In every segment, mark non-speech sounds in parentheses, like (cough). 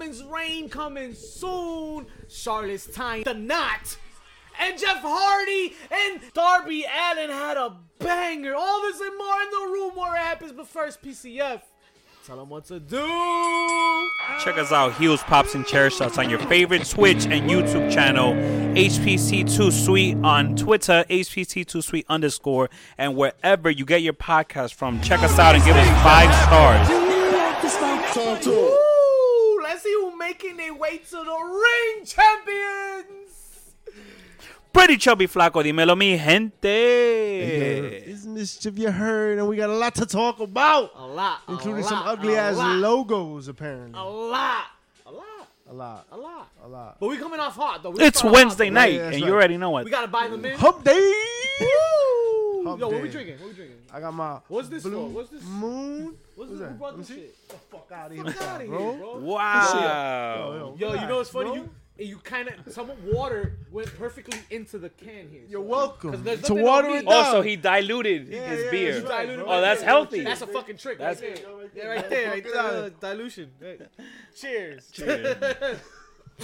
Fame coming soon. Charlotte's tying the knot. And Jeff Hardy and Darby Allen had a banger. All this and more in the room where it happens. But first, PCF, tell them what to do. Check us out, Heels, Pops, and Chair Shots on your favorite Twitch and YouTube channel, HPC2 Sweet on Twitter, HPC2 Sweet underscore, and wherever you get your podcast from, check us out and give us five stars. Ooh, let's see who making their way to the ring, champions. Pretty chubby flaco, dímelo mi gente. It's mischief you heard, and we got a lot to talk about, A lot, a including lot, some ugly a ass lot, logos, A apparently. lot, a lot, A lot, a lot, a lot. But we coming off hot though. We It's started off Wednesday hot, night, that's and right. you already know though. what. We gotta buy them in. Hump day. Woo! Hump Yo, what we day. drinking? What we drinking? I got my. What's this blue for? What's this- Moon. What's What's this? that? Who brought Let this me see. shit? The fuck out of Fuck out of here, here, bro. bro. Wow. Yo, you know what's funny? Bro. You you kind of some water went perfectly into the can here. You're so- welcome. 'Cause there's To nothing Oh, on water me. it down. Also, he diluted his yeah, beer. that's right, Diluted bro. right oh, that's there. healthy. That's a fucking trick. That's- right there. Yeah, right there. Right there. Dilution. Hey. Cheers. (laughs)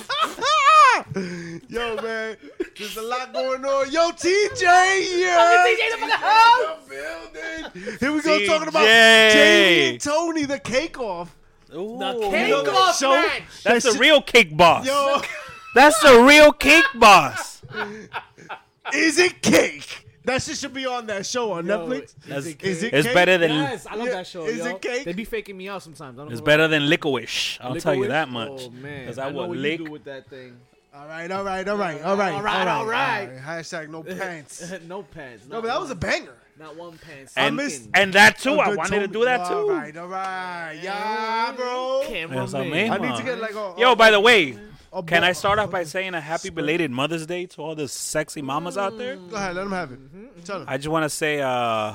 Yo, man, there's a lot going on. Yo, TJ, yeah. TJ the fucking house. building. Here we go talking about TJ. Jamie and Tony, the cake off. Ooh. Oh, Cake know off so- match. (laughs) That's That's- the real cake (laughs) boss. Yo, That's the real cake boss. is it cake? That shit should be on that show on Netflix. Is it Is it It's cake? better than Yes, I love Yeah, that show. is yo. it cake? They be faking me out sometimes. I don't it's know why. better than licorice. I'll tell you Licorice? that much. Oh man, I, know would what lick. you do with that thing. (laughs) All right, all right, all right, all right, All right, all right. Hashtag (laughs) no pants. no pants. No, but that was a banger. not one pants. and, I missed- and that too. A I good wanted to Tony- do that All too. right, all right, yeah, bro. That's amazing. I need to get like a, Yo, by the way, a can I ball. start off by saying a happy belated Mother's Day to all the sexy mamas out there? Mm. Go ahead, let him have it. Tell him. I just want to say, uh,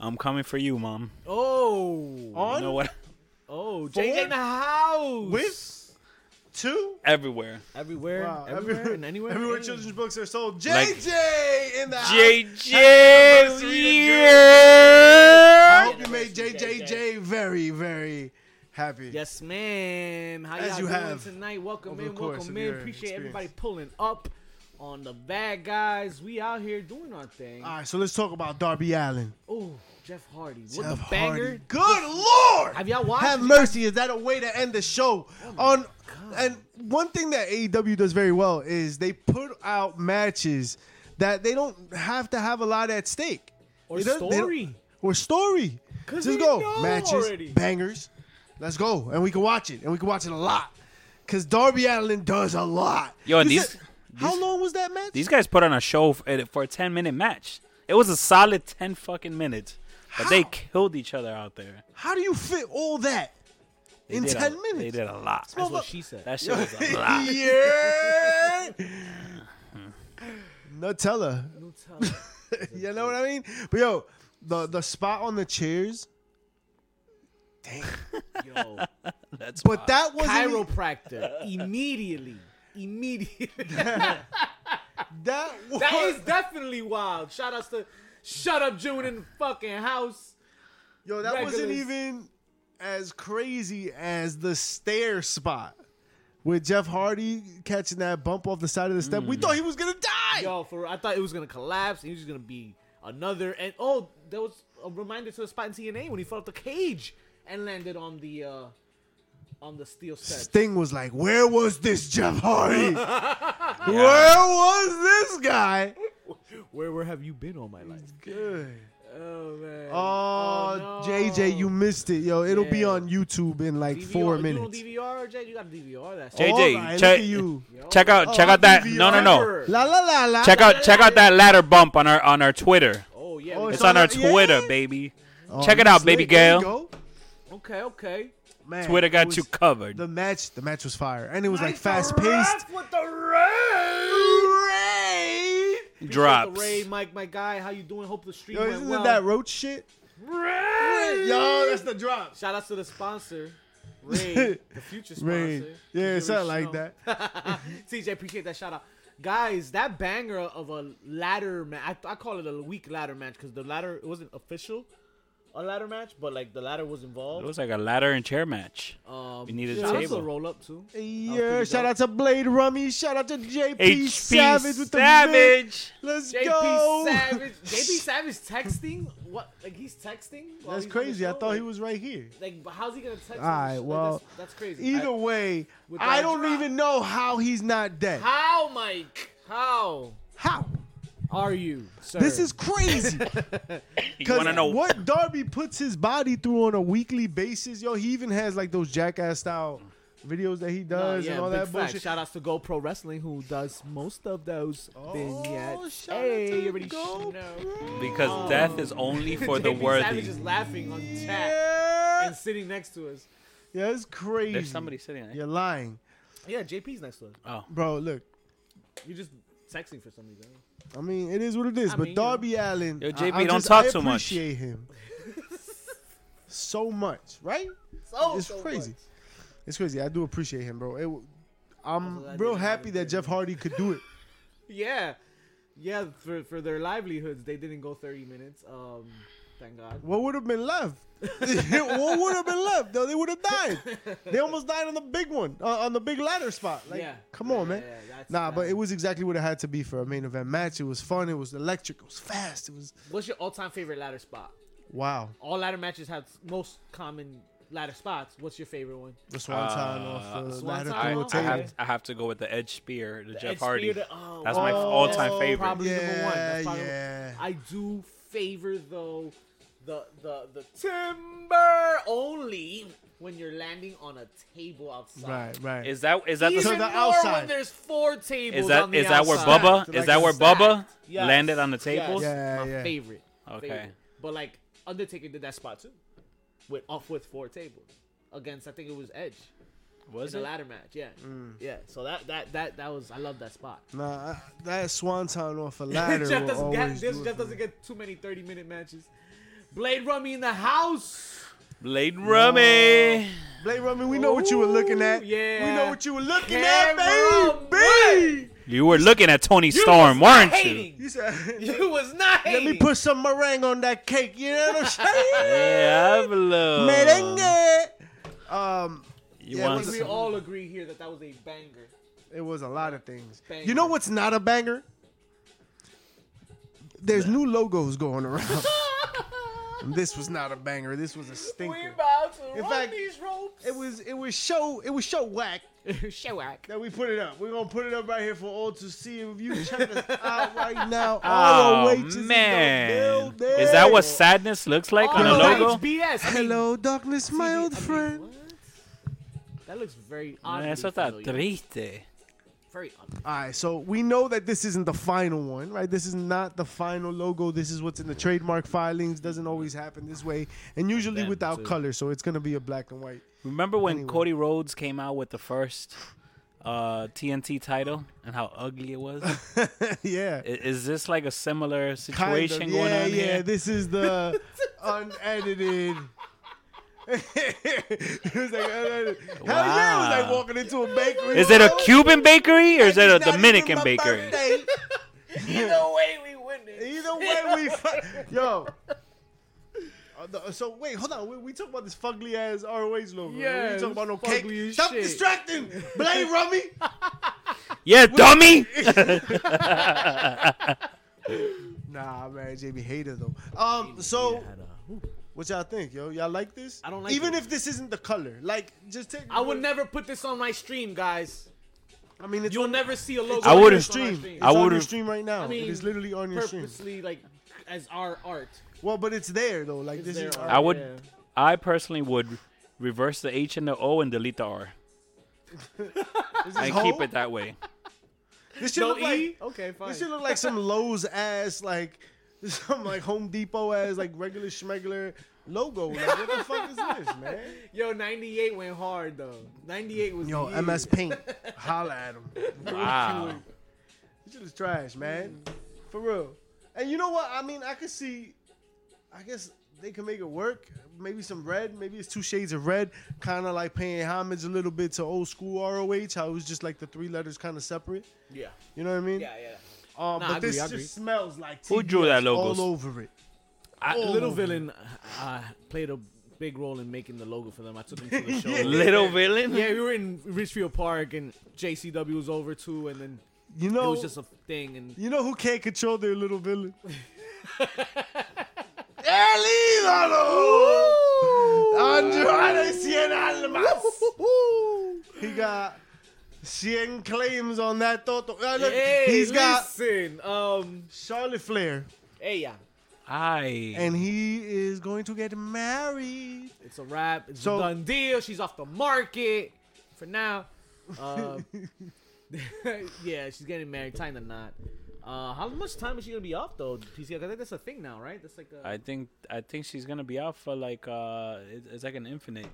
I'm coming for you, mom. Oh, You on know what? (laughs) oh, JJ Four? in the house with two. (laughs) Everywhere. everywhere, everywhere, and anywhere, Everywhere and- children's books are sold. JJ Like- in the house. JJ. anniversary to yeah. I hope you made JJ. JJJ very, very happy. Yes, ma'am. How As y'all you doing have tonight? Welcome over the in, course welcome of in. your Appreciate everybody experience. pulling up on the bad guys. We out here doing our thing. All right, so let's talk about Darby Allen. Oh, Jeff Hardy, what Jeff the banger! Hardy. Good lord! Have y'all watched? Have it? Oh mercy. Is that a way to end the show? on and one thing that AEW does very well is they put out matches that they don't have to have a lot at stake. Or It doesn't- they don't- story. Or story. 'Cause Just we go. know matches, already. bangers. Let's go. And we can watch it. And we can watch it a lot. Cause Darby Allen does a lot. Yo, and You these- how long was that match? These guys put on a show for, for a 10 minute match. It was a solid 10 fucking minutes. But they How? killed each other out there. how do you fit all that They in did a- ten They minutes? did a lot. That's (laughs) what she said. That shit was a lot. yeah. (laughs) Nutella. Nutella. You know what I mean? But yo, the the spot on the chairs. Dang. (laughs) Yo, That's But that wasn't e- chiropractor immediately. Immediately. that (laughs) was that is definitely wild. Shout outs to Shut Up June in the fucking house. yo, that wasn't regulars. even as crazy as the stair spot with Jeff Hardy catching that bump off the side of the step. We thought he was gonna die. Mm. Yo, for I thought it was gonna collapse. He was just gonna be another. And oh, there was a reminder to the spot in TNA when he fell off the cage and landed on the uh on the steel steps. Sting was like, "Where was this Jeff (laughs) Hardy? Where was this guy?" where where have you been all my life? Good. Oh man. Oh, no. JJ, you missed it, yo. It'll be Yeah. on YouTube in like DVR four you minutes. don't DVR, JJ? You gotta DVR that. JJ, All right, check- look at you. Check out Oh, check out that DVR. no no no. Never. La la la la. Check out check out that ladder bump on our on our Twitter. Oh yeah. Oh, we It's got- on our Yeah. Twitter, baby. Oh, check it you out, baby slick. There you Gail. go. okay, okay. Man, Twitter it got was- you covered. The match, the match was fire, and it was like Nice fast ref paced. With the raid. Appreciate Drops. The raid, Mike, my guy. How you doing? Hope the stream Yo, went isn't well. it that roach shit? raid. Yo, that's the drop. Shout out to the (laughs) sponsor. Raid, the future sponsor. Raid. Yeah, Future something Rich like that. Strong. TJ, appreciate that shout out. Guys, that banger of a ladder match, I, I call it a weak ladder match because the ladder, it wasn't official. a ladder match, but like the ladder was It involved. was like a ladder and chair match. um, we needed a shout out to table. the roll up too. Yeah, shout out to Blade Rummy. Shout out to JP HP Savage with the mic. Savage. Let's JP go. Savage. (laughs) JP Savage texting? What? Like he's texting? while he's on That's the crazy. I show? thought he Like- was right here. Like, but how's he gonna text? Alright, him? Like, well, that's, that's crazy. Either I- way, With I that don't drop. even know how he's not dead. how, Mike? How How? are you, sir? This is (laughs) crazy. You Because want to know what Darby puts his body through on a weekly basis, yo, he even has like those jackass style videos that he Uh, does yeah, and all big that facts. bullshit. Shout outs to GoPro Wrestling who does most of those vignettes. Oh, shout out hey, to you already GoPro. know. Because Oh. death is (laughs) only for the JP Savage worthy. is laughing on chat Yeah. and sitting next to us. yeah, it's crazy. There's somebody sitting there. You're lying. Yeah, JP's next to us. Oh, Bro, look. You're just texting for some reason. I mean, it is what it is. I but mean, you know. Darby Allen, Yo, I- JP, I, don't just- talk I too much. appreciate (laughs) him so much, right? So It's so crazy. much. It's crazy. I do appreciate him, bro. It w- Also, I I'm didn't real have happy him that there. Jeff Hardy could (laughs) do it. Yeah, yeah. For for their livelihoods, they didn't go 30 minutes. Um, thank God. What would have been left? (laughs) what would have been left? Though they would (laughs) have died. They almost died on the big one, uh, on the big ladder spot. Like, Yeah. come on, Yeah, man. yeah, yeah, that's- nah, but that- it was exactly what it had to be for a main event match. It was fun. It was electric. It was fast. It was What's your all-time favorite ladder spot? wow. All ladder matches have most common ladder spots. What's your favorite one? The swanton Uh, off the Swanton ladder I, through a I, Okay. table. have, I have to go with the Edge Spear, the, Jeff Ed Hardy. Spear to- oh, That's wow. my all-time That's favorite. Probably number one. Yeah, That's probably yeah. I do favor though the the the timber only when you're landing on a table outside. Right, right. Is that is that the, Even So the more outside. when there's four tables. is on that the is that where outside. Bubba Like is that where Bubba stacked. Yes. landed on the Yes, tables? Yeah, my yeah. favorite. Okay. favorite. But like Undertaker did that spot too, with off with four tables against I think it was Edge Was in it? the ladder match. Yeah, Mm. yeah. So that that that that was I love that spot. Nah, I- that swanton (laughs) off a ladder Jeff will doesn't get always this. do it Jeff for doesn't me. get too many thirty minute matches. Blade Rummy in the house. Blade Rummy. Blade Rummy, we know what you were looking at. Ooh, yeah. We know what you were looking Camera at, baby. You were looking at Tony You Storm, was not weren't you? hating. (laughs) You said, You was not let hating. me put some meringue on that cake. You know what (laughs) I'm saying? Diablo. Merengue. Um, You Yeah, want it was- We all agree here that that was a (laughs) banger. it was a lot of things. Banger. You know what's not a banger? There's new logos going around. (laughs) this was not a banger. This was a we stinker. about to In run fact, these (laughs) ropes. It was it was show it was show whack Shellac. that we put it up. We're gonna put it up right here for all to see. If (laughs) you check us out right now, all Oh the wages man, in the is that what building. sadness looks like on a Oh, logo? It's BS. I mean, Hello, darkness, my TV, old I mean, friend. what? That looks very odd. Eso está triste. Very odd. All right, so we know that this isn't the final one, right? This is not the final logo. This is what's in the trademark filings. Doesn't always happen this way, and usually Then, without too. color. So it's gonna be a black and white. (laughs) Remember when Anyway. Cody Rhodes came out with the first uh, TNT title and how ugly it was? I- yeah, is this like a similar Kind of. situation going yeah, on yeah. here? This (laughs) is the unedited. (laughs) it was like unedited. Hell yeah! It was like Wow. walking into a bakery. Is it a Oh, Cuban bakery or is it a it's not even Dominican my bakery? birthday. Either way, we win it. Either way, (laughs) we fu- yo. Uh, the- So wait, hold on. We, we talk about this fugly ass ROH Yeah, logo. we ain't talking it's about no fugly cake. as Stop shit. distracting, (laughs) Blade Rummy. Yeah, dummy. (laughs) Nah, man, Jamie Hater though. Um, so what y'all think, yo? Y'all like this? I don't like Even it. if this isn't the color, like just take. I would never put this on my stream, guys. I mean, it's You'll on, never see a logo. it's I like on would've- your this on our stream. It's I on your would've- stream right now. I mean, it is literally on your stream. purposely, like, as our art. Well, but it's there though. Like It's this their is. art. I would. Yeah. I personally would reverse the H and the O and delete the R This (laughs) is and whole? keep it that way. This should No look E? like. okay, fine. This shit look like some Lowe's ass, like (laughs) some like Home Depot ass, like regular schmegler logo. Like, what the fuck is this, man? Yo, 98 went hard, though. 98 was Yo, the year. MS Paint, holla at him. Wow. This shit is trash, man. For real. And you know what? I mean, I could see. I guess they can make it work. Maybe some red. Maybe it's two shades of red, kind of like paying homage a little bit to old school ROH. How it was just like the three letters kind of separate. Yeah, You know what I mean? yeah, yeah. Um, Nah, but I agree, this I just agree. smells like Who drew TBS that logos? all over it. I, Little Villain uh, played a big role in making the logo for them. I took him to (laughs) the show. Little villain. Yeah, we were in Richfield Park and JCW was over too, and then You it know, was just a thing. And you know who can't control their little villain? Andrade Cien Almas. (laughs) He got Cien claims on that Toto. Uh, look, hey, he's got listen, um, Charlotte Flair, hey, yeah, I. and he is going to get married. it's a wrap. It's So- a done deal. She's off the market for now. Uh, (laughs) yeah, she's getting married. Time to not. Uh, how much time is she gonna be off though, PCL? 'Cause I think that's a thing now, right? That's like a, I think I think she's gonna be out for like uh, it- it's like an infinite.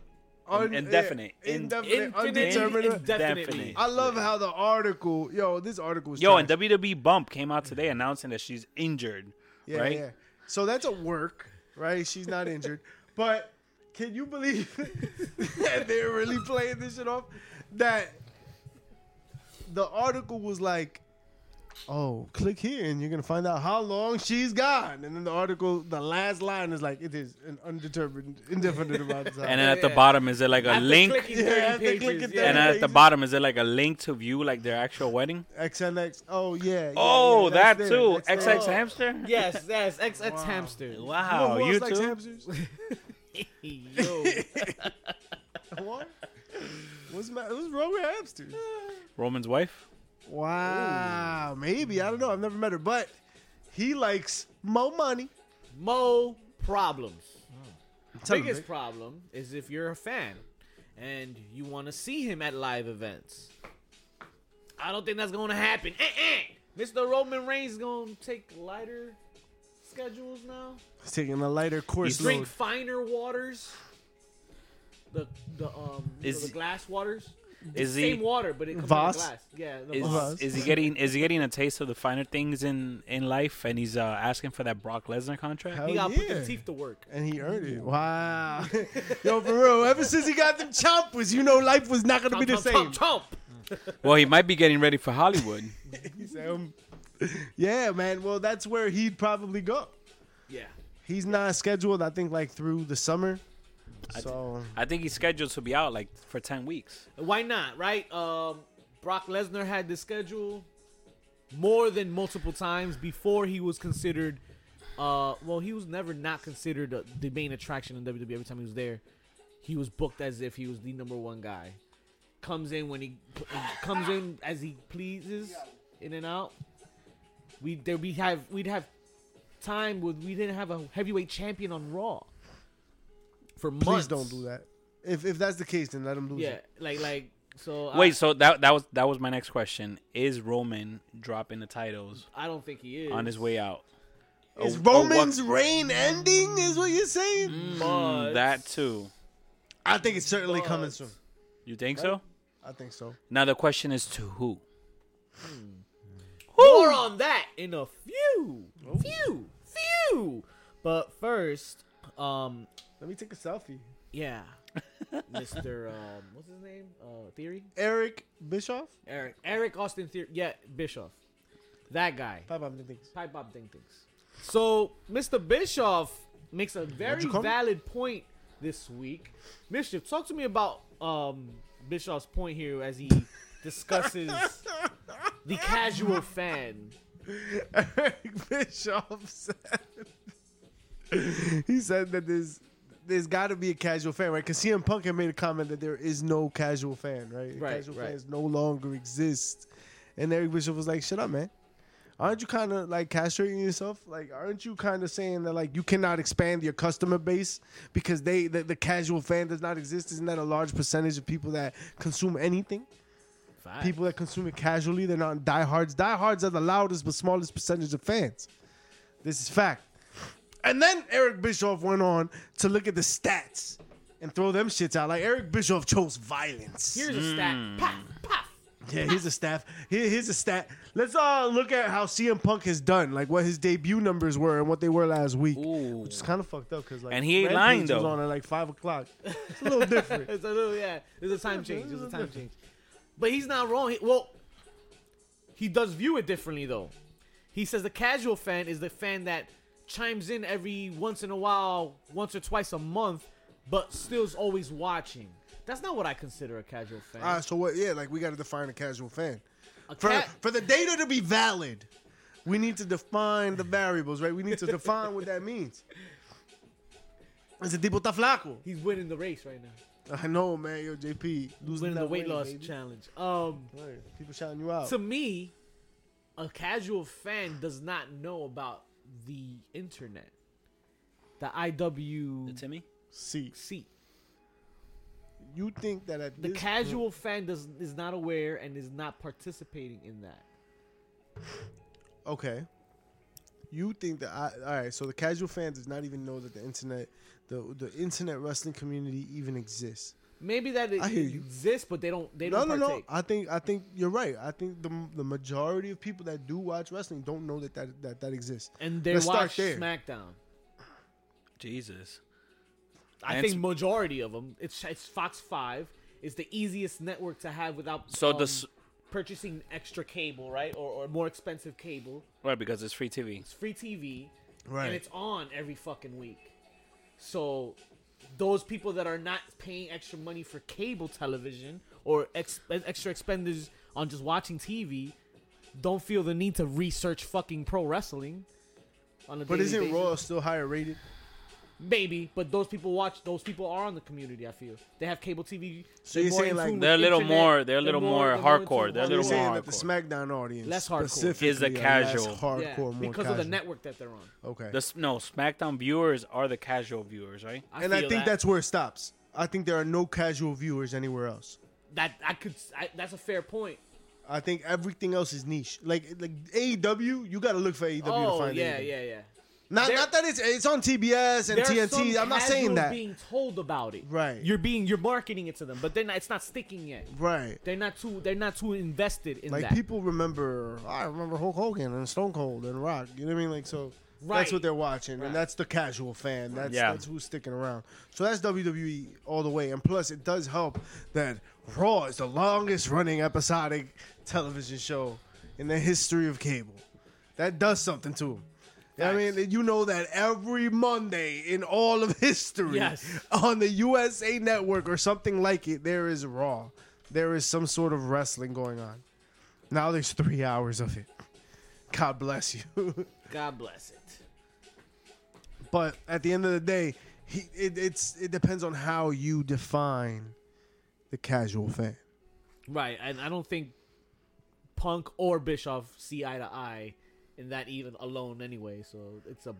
Un- indefinite. eh, In- Indefinite. infinite, Undeterminate. indefinitely. Definite. I love how the article, yo, this article is Yo, trash. and WWE Bump came out today announcing that she's injured. Yeah, right? yeah. So that's a work, right? She's not (laughs) injured. But can you believe (laughs) that they're really playing this shit off? That the article was like, oh, click here and you're going to find out how long she's gone. And then the article, the last line is like, it is an undetermined, indefinite amount of time. (laughs) And then at the Yeah. bottom, is it like a After link? clicking Yeah, 30 after pages, clicking yeah. 30 And at the pages. bottom, is it like a link to view like their actual wedding? XNX. Oh, yeah. yeah, Oh, yeah, that that's there, too. that's there. XX Hamster. Yes, yes, ex ex hamster. You, know Wow, who else you likes too. hamsters? Yo, (laughs) (laughs) what? What's, my, what's wrong with hamsters? Roman's wife. Wow, maybe I don't know. I've never met her, but he likes mo money. Mo problems. Tell him, Biggest Vic. problem is if you're a fan and you want to see him at live events. I don't think that's going to happen. Eh, eh. Mr. Roman Reigns is going to take lighter schedules now. He's taking a lighter course He's Drink load. finer waters. The the um you know, Is- the glass waters. Is Same he water, but it comes Voss? in a glass. Yeah, the Voss. is, Us. is he getting is he getting a taste of the finer things in in life? And he's uh, asking for that Brock Lesnar contract. Hell He got to put Oh, yeah. the teeth to work. and he earned it. Wow, (laughs) yo, for real. Ever since he got them chompers, you know life was not gonna be the Chomp, same. chomp, chomp, chomp. Well, he might be getting ready for Hollywood. He said, um, yeah, man. Well, that's where he'd probably go. Yeah. He's not scheduled. I think like through the summer. So (laughs) I think he's scheduled to be out like for ten weeks. Why not, right? Um, Brock Lesnar had the schedule more than multiple times before he was considered. Uh, well, he was never not considered uh, the main attraction in WWE. Every time he was there, he was booked as if he was the number one guy. Comes in when he comes in as he pleases, in and out. We there we have we'd have time with we didn't have a heavyweight champion on Raw for months. please don't do that. If if that's the case, then let him lose Yeah, it. like like so. I- Wait, so that that was that was my next question. Is Roman dropping the titles I don't think he is on his way out? Is Oh, oh, what- Roman's reign ending? Is what you're saying? Mm. But Mm, that too? I think it's certainly coming soon. You think so? I think so. Now the question is to who? more on that in a few, Oh. few, few. But first, um, Let me take a selfie. (laughs) yeah, Mister, um, what's his name? Uh, Theory, Eric Bischoff. Eric, Eric Austin Theory. Yeah, Bischoff, that guy. Pop up the things. Pipe Bob Ding Dings. So, Mr. Bischoff makes a very you call me? valid point this week. Mischief, talk to me about um, Bischoff's point here as he (laughs) discusses the casual fan. Eric Bischoff said. he said that there's there's got to be a casual fan, right? Because CM Punk had made a comment that there is no casual fan, right? Right, casual right. fans no longer exist. And Eric Bischoff was like, "Shut up, man." Aren't you kind of like castrating yourself? Like, aren't you kind of saying that like you cannot expand your customer base because they the, the casual fan does not exist? Isn't that a large percentage of people that consume anything? people that consume it casually. They're not diehards. Diehards are the loudest but smallest percentage of fans. This is fact. And then Eric Bischoff went on to look at the stats and throw them shits out. Like Eric Bischoff chose violence. Here's a stat. Pop, pop. yeah, here's a staff. Here, here's a stat. Let's uh look at how CM Punk has done, like what his debut numbers were and what they were last week, Ooh. which is kind of fucked up because like And he ain't Rampage lying, was though. on at like five o'clock. It's a little (laughs) different. It's a little, yeah. There's a time change. There's a (laughs) time change. But he's not wrong. He, well, he does view it differently though. He says the casual fan is the fan that chimes in every once in a while, once or twice a month, but still's always watching. That's not what I consider a casual fan. All right, so what? Yeah, like we got to define a casual fan. A For, cat- for the data to be valid, we need to define the variables, right? We need to define what that means. Ese tipo está flaco. He's winning the race right now. I know, man. Yo, JP, losing Winning the that weight weight, loss baby. challenge. Um, Right, People shouting you out. to me, a casual fan does not know about the internet, the The IWC. Timmy? See, you think that at The this casual fan does is not aware and is not participating in that. Okay. You think that I all right? So the casual fan does not even know that the internet, the the internet wrestling community even exists. Maybe that it I hear you. exists, but they don't. They No, don't no, no. partake. I think I think you're right. I think the the majority of people that do watch wrestling don't know that that that, that exists. And they Let's start watch there. SmackDown. Jesus. I And think it's- majority of them. It's it's Fox Five. It's the easiest network to have without So um, the s- purchasing extra cable, right, or, or more expensive cable. Right, because it's free TV. It's free TV, Right. and it's on every fucking week. So those people that are not paying extra money for cable television or ex- extra expenditures on just watching TV don't feel the need to research fucking pro wrestling. On a But daily isn't basis. Raw still higher rated? Maybe, but those people watch. Those people are on the community. I feel they have cable TV. So they're you're more saying, in like, tune with They're a little internet, more- they're a little more they're in tune hardcore, with they're a what You're little they saying want. more that the hardcore. SmackDown audience Less hardcore. specifically Is a are less casual. hardcore, Yeah, more because of casual. the network that they're on. Okay. The, s- no, SmackDown viewers are the casual viewers, right? I and I feel think that. that's where it stops. I think there are no casual viewers anywhere else. that I could. I, that's a fair point. I think everything else is niche. Like like AEW, you got to look for AEW to Oh find yeah, anything. yeah, yeah. Not, There- not that it's it's on TBS and There are some TNT. I'm not saying casuals that. Being told about it, Right. You're being you're marketing it to them, but they're not. It's not sticking yet. right. They're not too. They're not too invested in Like that. people remember, I remember Hulk Hogan and Stone Cold and Rock. You know what I mean? Like so, Right. that's what they're watching, Right. and that's the casual fan. That's Yeah. that's who's sticking around. So that's WWE all the way. And plus, it does help that Raw is the longest running episodic television show in the history of cable. That does something to them. I mean, you know that every Monday in all of (laughs) history Yes. on the USA Network or something like it, there is Raw. There is some sort of wrestling going on. Now there's three hours of it. God bless you. (laughs) God bless it. but at the end of the day, he, it, it's it depends on how you define the casual fan. Right, and I don't think Punk or Bischoff see eye to eye in that even alone anyway. So it's a,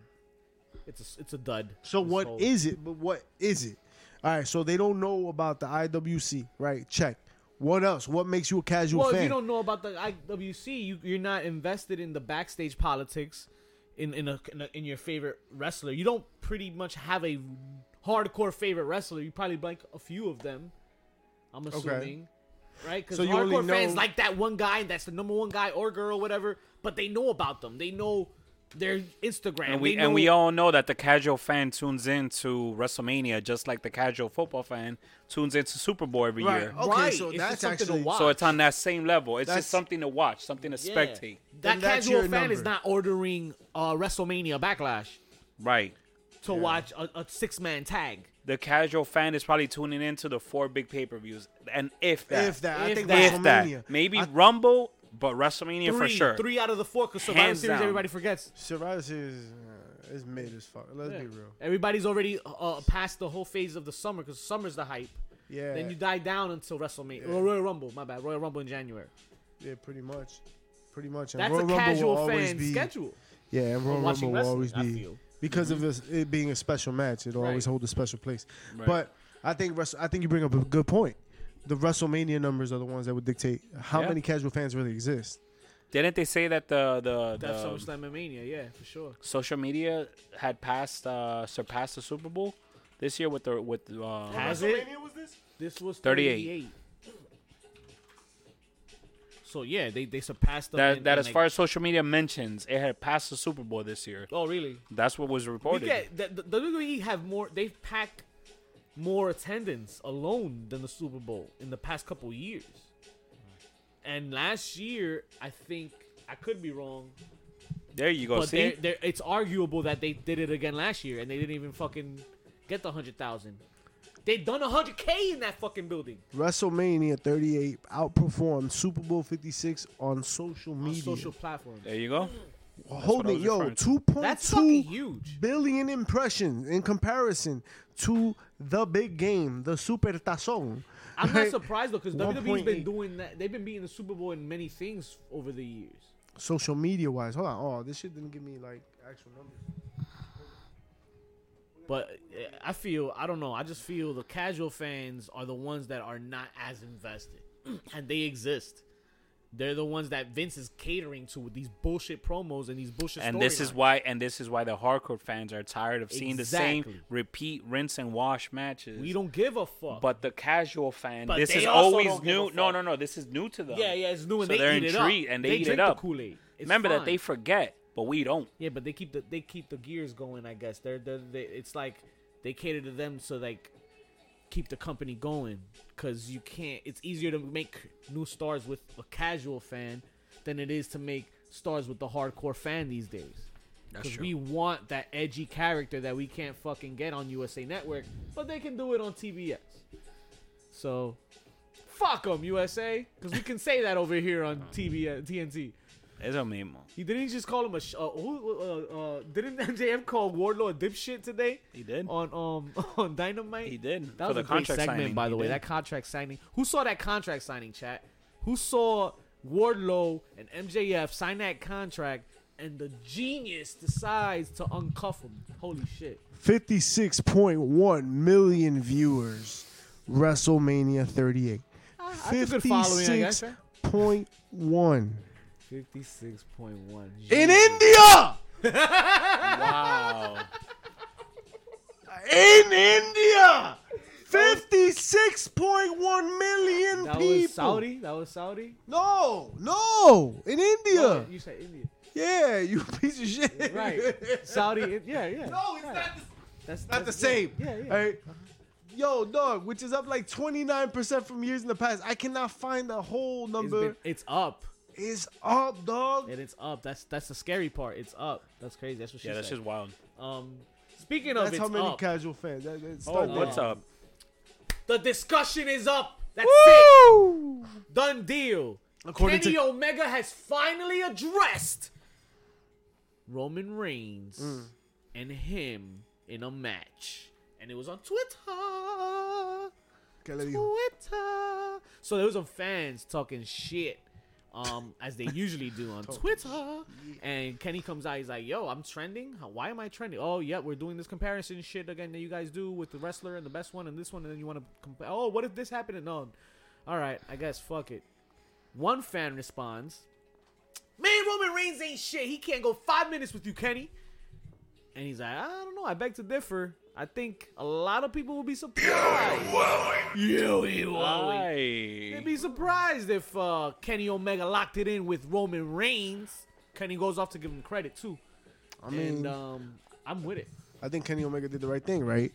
it's a, it's a dud. So This what whole- is it? But what is it? All right. So they don't know about the IWC, right? Check. What else? What makes you a casual Well, fan? if you don't know about the IWC, you you're not invested in the backstage politics, in in a, in, a, in your favorite wrestler. You don't pretty much have a hardcore favorite wrestler. You probably like a few of them. I'm assuming, right? Because So you only hardcore fans know- like that one guy, and that's the number one guy or girl, whatever. But they know about them. They know their Instagram. And we They know- and we all know that the casual fan tunes in to WrestleMania just like the casual football fan tunes into Super Bowl every Right. year. Okay, right. Oh, so it's that's just something actually- to watch. So it's on that same level. It's That's- just something to watch, something to Yeah. spectate. That Then that's casual your fan is number. not ordering uh, WrestleMania Backlash Right. to watch a, a six man tag. The casual fan is probably tuning into the four big pay per views. And if that, if that, I If think that. if that. WrestleMania. maybe I- Rumble, but WrestleMania three, for sure. Three out of the four because Survivor Hands Series down. everybody forgets. Survivor Series uh, is mid as fuck. Let's be real. Everybody's already uh, past the whole phase of the summer because summer's the hype. Yeah. Then you die down until WrestleMania Yeah. or Royal Rumble. My bad, Royal Rumble in January. Yeah, pretty much. Pretty much. And That's Royal a Rumble will casual always fan be, schedule. Yeah, and Royal watching Rumble will always wrestling, I be feel. because of Mm-hmm. this, it being a special match. It'll always Right. hold a special place. But I think Wrestle- I think you bring up a good point. The WrestleMania numbers are the ones that would dictate how Yeah. many casual fans really exist. Didn't they say that the the, That's the SummerSlam and Mania, yeah, for sure. social media had passed uh, surpassed the Super Bowl this year with the with uh, Has it? This was 38. 38. So yeah, they they surpassed them that in- that in, as like- far as social media mentions, it had passed the Super Bowl this year. oh really? That's what was We reported. get the, the WWE have more. They've packed more attendance alone than the Super Bowl in the past couple years. And last year, I think I could be wrong. There you go. but see, they're, they're, it's arguable that they did it again last year and they didn't even fucking get the hundred thousand. They done hundred k in that fucking building. WrestleMania 38 outperformed Super Bowl 56 on social on media. social platforms. there you go. what Hold I it, was yo, referring to. That's fucking 2.2 huge. billion impressions in comparison to the big game, the Super Tazon. I'm (laughs) not surprised though, because WWE's been 1.8. doing that. They've been beating the Super Bowl in many things over the years. Social media wise, hold on. Oh, this shit didn't give me like actual numbers. But uh, I feel I don't know. I just feel the casual fans are the ones that are not as invested, (clears throat) and they exist. They're the ones that Vince is catering to with these bullshit promos and these bullshit. And this is storylines. why, and this is why the hardcore fans are tired of seeing the Exactly. same repeat, rinse and wash matches. we don't give a fuck. But the casual fan, But this they is also always don't give a new. No, fuck. no, no. This is new to them. yeah, yeah, it's new and so they are eat it intrigued up. and they, eat drink it up. The Kool-Aid. It's Remember that fine. they forget, but we don't. Yeah, but they keep the they keep the gears going. I guess they're, they're they, it's like they cater to them so like keep the company going because you can't. It's easier to make new stars with a casual fan than it is to make stars with the hardcore fan these days. Because we want that edgy character that we can't fucking get on USA Network, but they can do it on TBS. So, fuck them, USA, because we can say that over here on TBS, TNT. Eso mismo. He didn't he just call him a sh- uh, who, uh, uh, didn't (laughs) MJF call Wardlow a dipshit today He did. on um (laughs) on Dynamite? He did. That For was the a great contract segment, signing, by he the way. did. That contract signing. Who saw that contract signing? Chat. Who saw Wardlow and MJF sign that contract? And the genius decides to uncuff him. Holy shit! 56.1 million viewers. WrestleMania 38. Ah, that's a good following, I guess, eh? right? 56.1 Fifty-six point one. in India. (laughs) Wow. In India. 56.1 million That people. was Saudi. That was Saudi. No, no, in India. Oh, you said India, Yeah, you (laughs) piece of shit. (laughs) right? Saudi. Yeah, yeah. no, it's not the, That's not the that's- same. Yeah, yeah. All right. Yo, dog, which is up like 29% from years in the past. I cannot find the whole It's, number. been, it's up. It's up, dog. and it's up. That's that's the scary part. It's up. That's crazy. That's what she yeah, that's said. just wild. um, speaking of, That's it's how many up. casual fans. That, that's Oh, not what's bad. up? the discussion is up. That's it. Woo! Done deal. According Kenny to- Omega has finally addressed Roman Reigns Mm. and him in a match, and it was on Twitter. ¿Qué le dijo? Twitter. So there was some fans talking shit, um, as they usually do on Twitter. And Kenny comes out, he's like, "Yo, I'm trending. How, why am I trending? Oh, yeah, we're doing this comparison shit again that you guys do with the wrestler and the best one and this one, and then you want to compare. Oh, what if this happened? And no, all right, I guess fuck it." One fan responds, "Man, Roman Reigns ain't shit. He can't go five minutes with you, Kenny." And he's like, "I don't know. I beg to differ." I think a lot of people will be surprised. They'd Why? be surprised if uh, Kenny Omega locked it in with Roman Reigns. Kenny goes off to give him credit too, I mean, and um, I'm with it. I think Kenny Omega did the right thing, right?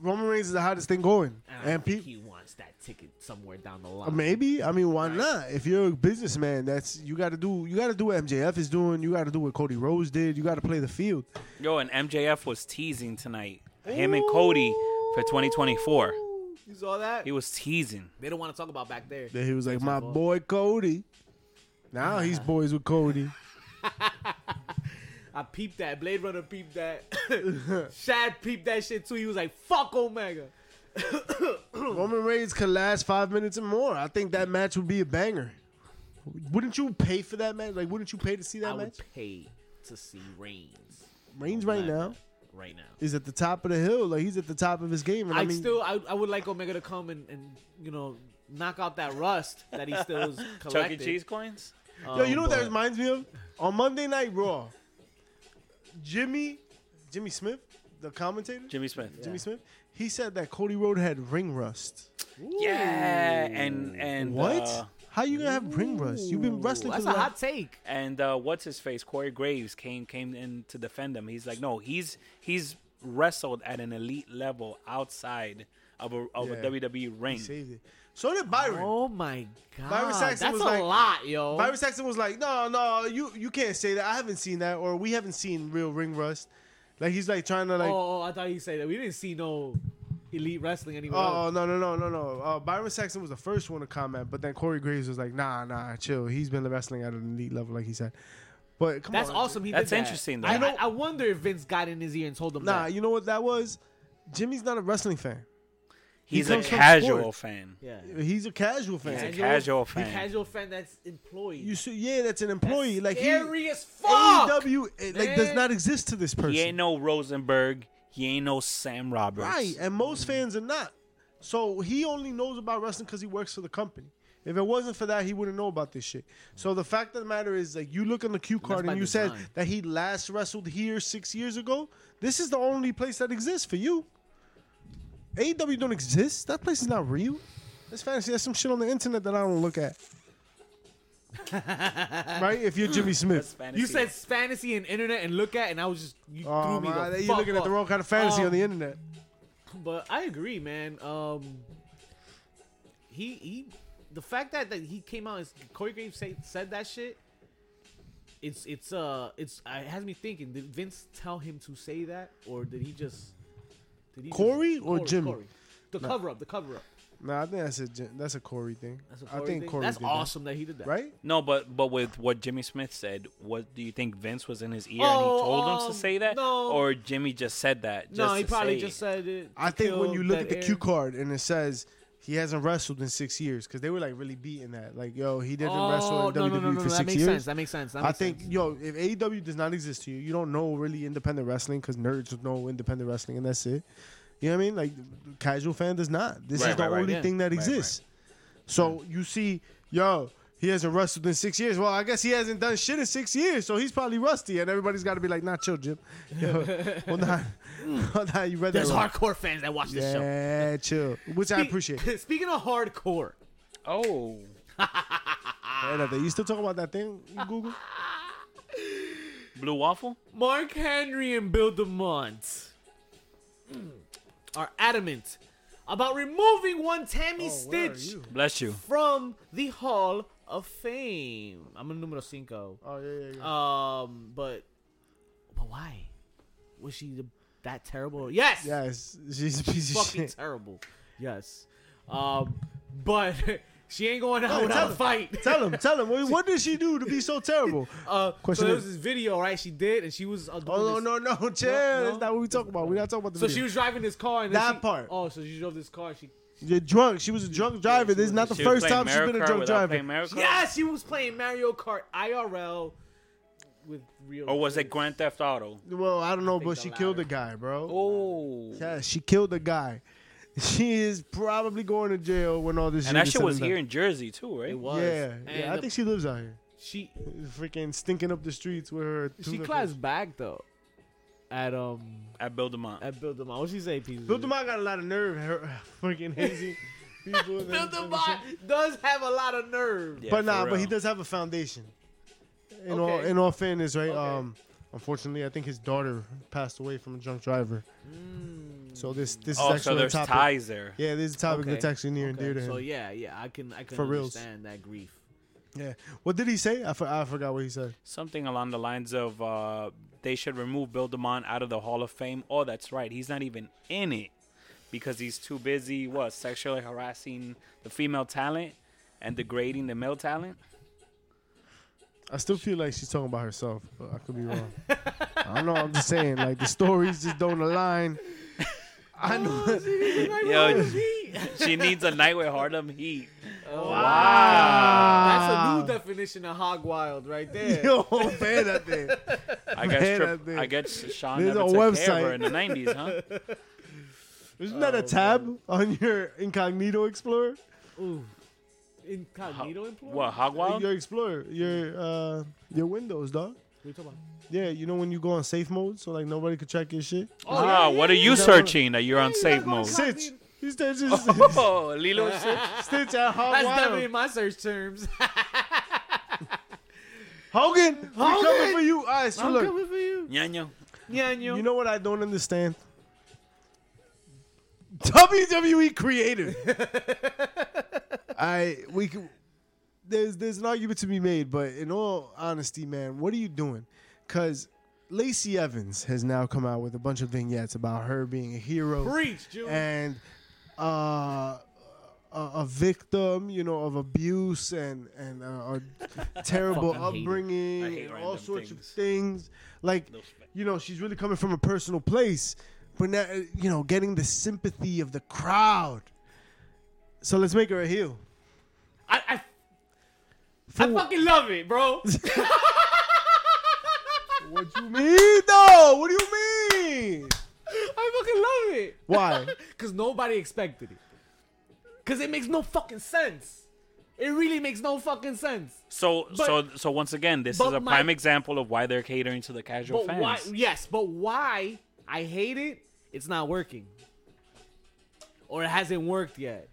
Roman Reigns is the hottest thing going. And, I And think people. he wants that ticket somewhere down the Uh, line. Maybe. I mean, why not? If you're a businessman, that's you got to do. You got to do what MJF is doing. You got to do what Cody Rose did. You got to play the field. Yo, and MJF was teasing tonight. Him and Cody for 2024. you saw that? He was teasing. they don't want to talk about back there. Then he was like, "My fault. boy Cody." Now he's boys with (laughs) Cody. I peeped that. Blade Runner peeped that. (laughs) Shad peeped that shit too. He was like, "Fuck Omega." (coughs) Hmm. Roman Reigns could last five minutes and more. I think that match would be a banger. Wouldn't you pay for that match? Like, wouldn't you pay to see I that would match? pay to see Reigns Reigns right now Right now. is at the top of the hill. Like he's at the top of his game. And I, I mean, still, I, I would like Omega to come and, and you know knock out that rust that he still (laughs) is Chuck E. collecting. Um, Cheese coins? yo, you know what that but- reminds me of? On Monday Night Raw, Jimmy, Jimmy Smith, the commentator, Jimmy Smith. Jimmy Smith, he said that Cody Road had ring rust. Yeah. And and What? uh, How you gonna have ring rust? You've been wrestling That's a for the (laughs) hot take. and uh, what's his face? Corey Graves came came in to defend him. He's like, no, he's he's wrestled at an elite level outside of a, of Yeah. a WWE ring. Saved it. So did Byron. Oh my god, Saxon that's was a like- lot, yo. Byron Saxton was like, no, no, you you can't say that. I haven't seen that, or we haven't seen real ring rust. Like he's like trying to like, oh, oh, oh, I thought you said that. We didn't see no elite wrestling anywhere. else. Oh, no, no, no, no, no. Uh, Byron Saxton was the first one to comment, but then Corey Graves was like, nah, nah, chill. He's been wrestling at an elite level, like he said. But come That's on, awesome. He That's did that. interesting, though. I, You know- I, I wonder if Vince got in his ear and told him Nah, that. you know what that was? Jimmy's not a wrestling fan. He's He a comes from casual sports. fan. yeah. He's a casual fan. a casual fan. A casual fan that's employed. you see, yeah, that's an employee. like scary he, E as fuck. AEW, it, eh, like does man. not exist to this person. He ain't no Rosenberg. He ain't no Sam Roberts. Right, and most fans are not. So he only knows about wrestling because he works for the company. If it wasn't for that, he wouldn't know about this shit. So the fact of the matter is, like, you look on the cue card by and you design. said that he last wrestled here six years ago. This is the only place that exists for you. AEW don't exist. That place is not real. That's fantasy. That's some shit on the internet that I don't (laughs) look at. right? If you're Jimmy Smith. Fantasy. You said fantasy and internet and look at, and I was just you Oh, threw me my, the you're fuck looking at the off. wrong kind of fantasy Um, on the internet. But I agree, man. Um, he he, the fact that, that he came out, and Corey Graves say, said that shit. It's it's uh it's uh, it has me thinking. Did Vince tell him to say that, or did he just? Did he Corey or Jimmy? The cover up, the cover up. Nah, I think that's a Jim- that's a Corey thing. That's a I Corey think thing. Corey. That's did that. awesome that. he did that. right? No, but but with what Jimmy Smith said, what do you think Vince was in his ear and Oh, he told him um, to say that, no. or Jimmy just said that? Just no, he to probably say just it? said it. to I think when kill you look at that the cue air. card and it says he hasn't wrestled in six years because they were like really beating that, like yo, he didn't wrestle Oh, in no, WWE no, no, no, no, for six that makes years. sense. That makes sense. That I makes think sense. yo, if AEW does not exist to you, you don't know really independent wrestling because nerds know independent wrestling and that's it. You know what I mean? Like casual fan does not. This Right, is the right, right, only yeah. thing that right. exists. So you see, yo, he hasn't wrestled in six years. Well, I guess he hasn't done shit in six years, so he's probably rusty. And everybody's got to be like, nah, chill, Jim. (laughs) Yo, well, nah, (laughs) well, nah, you read that There's wrong. hardcore fans that watch this show. Yeah, chill. Which (laughs) I appreciate. Speaking of hardcore, "Oh, Right after. You still talking about that thing? You Google? blue waffle." Mark Henry and Bill DeMont are adamant about removing one Tammy Oh, Stitch Bless Oh, you. from the Hall of Fame. I'm a numero cinco. Oh yeah, yeah, yeah. Um, but but why was she the, that terrible? Yes, (laughs) yes, she's a piece of fucking shit. terrible. Yes, um, but (laughs) she ain't going out tell without a him. fight. tell him, tell him. What, what did she do to be (laughs) so terrible? Uh, Question so there is- was this video, right? She did, and she was. Uh, doing oh this- no, no, no, chill. No, no. That's not what we talking about. We're not talking about the. So video. she was driving this car, and then That she- part. Oh, so she drove this car. She You're drunk. She was a drunk driver. this is not the She was first playing time she's been a Mario Kart drunk without driver. playing Mario Kart? yeah, she was playing Mario Kart IRL with real. Or was it kids. Grand Theft Auto? Well, I don't know, but the she killed latter. a guy, bro. Oh, Yeah, she killed a guy. (laughs) She is probably going to jail when all this. and that is shit said was done. here in Jersey too, right? It was. Yeah, and yeah. I think she lives out here. she Freaking stinking up the streets with her. she tuna clapped fish. back though. At um At Bildemont. at Build Them What she say, Pete? Bill DeMott got a lot of nerve. Her, (laughs) freaking hazy people. and Build everything. does have a lot of nerve. Yeah, but for nah, but real. he does have a foundation. In all Okay. in all fairness, right? Okay. Um, unfortunately, I think his daughter passed away from a drunk driver. So this this Oh, is actually so a there's topic. ties there. Yeah, this is a topic Okay. that's actually near and Okay, dear to him. So yeah, yeah, I can I can For reals. understand that grief. yeah. What did he say? I, for, I forgot what he said. Something along the lines of uh, they should remove Bill DeMont out of the Hall of Fame. Oh, that's right. He's not even in it because he's too busy, what, sexually harassing the female talent and degrading the male talent? (laughs) I still feel like she's talking about herself, but I could be (laughs) wrong. I don't know. I'm just saying, like the stories just don't align. I (laughs) know. Yo, (laughs) she needs a night with Harlem Heat. Oh, That's a new definition of hog wild right there. Yo, (laughs) man, that thing. I guess, Man, I trip, think- I guess Sean There's never a took care of her website. in the 90s, huh? Isn't Oh, that a tab on your incognito explorer? Ooh. Incognito employee? What, Hog Wild? Your explorer, your uh, your Windows, dog. What you talking about? Yeah, you know when you go on safe mode, so like nobody could track your shit. Oh, ah, yeah, what yeah, are you yeah. searching that you're on save not going mode? (laughs) to Stitch. He said just (laughs) Oh, Lilo Sitch. Stitch at Hog That's Wild. definitely my search terms. (laughs) Hogan, I'm coming for you. All right, so look, for you. Ñaño. Yeah, and you know what I don't understand? WWE (laughs) creative. I we c- there's there's an argument to be made, but in all honesty, man, what are you doing? Because Lacey Evans has now come out with a bunch of vignettes about her being a hero, Preach, Jew. and uh, a, a victim, you know, of abuse and and uh, (laughs) a terrible Fucking hate it. upbringing I hate and all random sorts of things. things. Like, you know, she's really coming from a personal place, but now, uh, you know, getting the sympathy of the crowd. So let's make her a heel. I, I, I fucking love it, bro. What you mean, though? What do you mean? (laughs) I fucking love it. Why? Because nobody expected it. Because it makes no fucking sense. It really makes no fucking sense. So But- so so once again, this but is a my- prime example of why they're catering to the casual But fans. why? Yes, but why? I hate it. It's not working. Or it hasn't worked yet.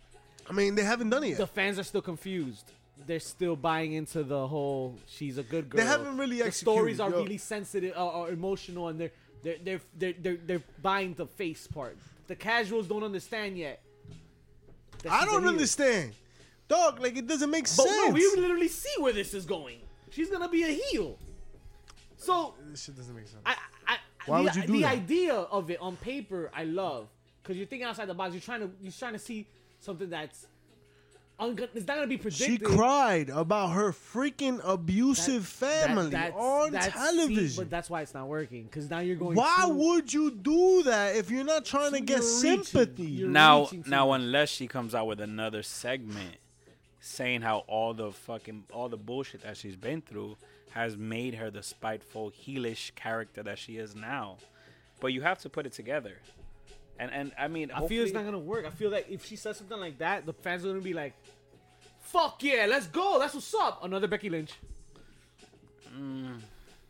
I mean, they haven't done it The yet. fans are still confused. They're still buying into the whole "she's a good girl." haven't really The stories executed, are yo. really sensitive, uh, are, are emotional, and they're they're, they're they're they're they're buying the face part. The casuals don't understand yet. that I she's a don't heel. understand, dog. Like it doesn't make But sense. no, we literally see where this is going. She's gonna be a heel. So this shit doesn't make sense. I, I Why the, would you do the that? idea of it on paper I love because you're thinking outside the box. You're trying to you're trying to see something that's un- it's not gonna be predicted. She cried about her freaking abusive That- family that's- on that's- see, television. but that's why it's not working. Because now you're going. Why too- would you do that if you're not trying to You're get reaching. sympathy? You're now reaching too now much. unless she comes out with another segment saying how all the fucking all the bullshit that she's been through has made her the spiteful heelish character that she is now but you have to put it together and and i mean I feel it's hopefully- not gonna work. I feel like if she says something like that, the fans are gonna be like, "Fuck yeah, let's go. That's what's up." Another Becky Lynch.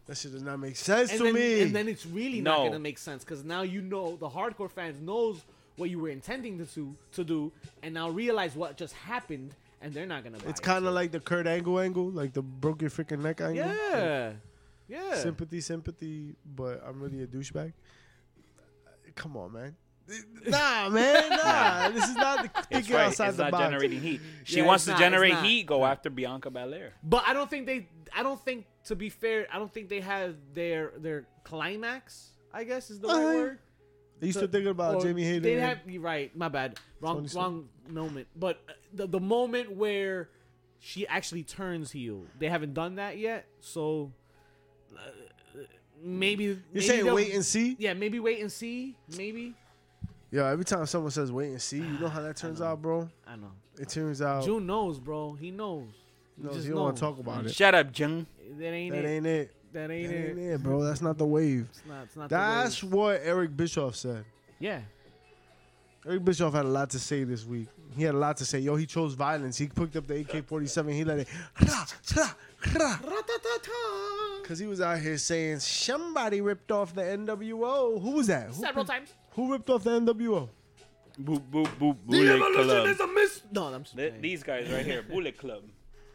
That shit does not make sense and to then, me. And then it's really not No. gonna make sense because now you know the hardcore fans knows what you were intending to do, to do, and now realize what just happened, and they're not gonna. Buy it's it. kind of like the Kurt Angle angle, like the broke your freaking neck angle. yeah, yeah. Sympathy, sympathy, but I'm really a douchebag. Come on, man. (laughs) Nah, man, nah. this is not the it's thinking right. outside it's the not box. generating heat. She Yeah, it's wants not, to it's generate not. heat. Go after Bianca Belair. But I don't think they. I don't think to be fair. I don't think they have their their climax. I guess is the right Uh-huh. word. Are you still thinking about or Jamie Hayter? They have you're right. My bad. Wrong Tony Stark. wrong moment. But uh, the the moment where she actually turns heel, they haven't done that yet. So uh, maybe you're You're saying wait and see? yeah maybe wait and see maybe Yo, every time someone says wait and see, you know (sighs) how that turns out, bro? I know. It turns out June knows, bro. He knows. He no, just you Oh. don't want knows. to talk about it. Shut up, Jung. That ain't That it. ain't it. that That ain't ain't it. it, bro. That's not the wave. It's not. It's not. the way- That's what Eric Bischoff said. yeah. Eric Bischoff had a lot to say this week. He had a lot to say. Yo, he chose violence. He picked up the AK-47. He let it because he was out here saying somebody ripped off the NWO. Who was that? Who, Several times. who ripped off the NWO? Boop boop boop. Bullet Club. a miss. No, I'm just Th- playing. These guys right here. (laughs) Bullet Club.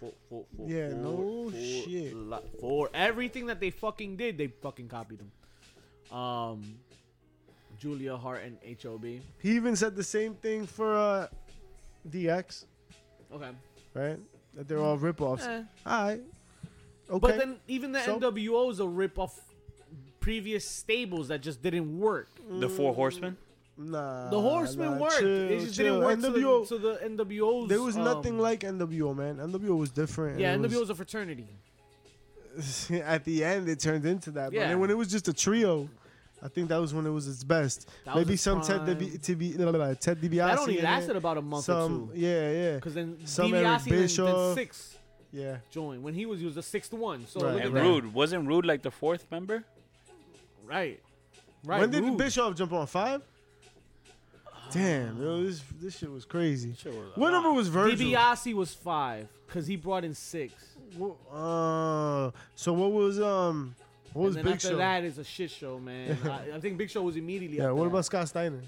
For, for, for, Yeah, for, no shit. lo- for everything that they fucking did, they fucking copied them. Um, Julia Hart and Hob. He even said the same thing for uh, DX, Okay, right? That they're all ripoffs. Eh. All right. Okay. but then even the So- NWO is a rip off previous stables that just didn't work. The Four Horsemen. nah. The Horsemen Ah, nah, worked. chill, it just chill. didn't work NWO. to, the, to the NWOs. there was um, nothing like NWO, man. NWO was different. Yeah, It was- NWO is a fraternity. (laughs) at the end it turned into that. But Yeah. then when it was just a trio, I think that was when it was its best. That was Maybe its some Ted, prime. DiBi- TB blah, blah, blah, Ted DiBiase. That only in lasted there. about a month some, or two. Yeah, yeah, Because then some Eric DiBiase and then Bischoff. six yeah. joined. When he was, he was the sixth one. So Right. look at And that. Right. Rude wasn't Rude like the fourth member? Right. Right. when did Rude. Bischoff jump on five? Damn, yo, this this shit was crazy. Shit was a What lot. number was Virgil? DiBiase was five because he brought in six. Wh- Uh, so what was um, what was and then Big after Show? that is a shit show, (laughs) man. I, I think Big Show was immediately. yeah, after what that. about Scott Steiner?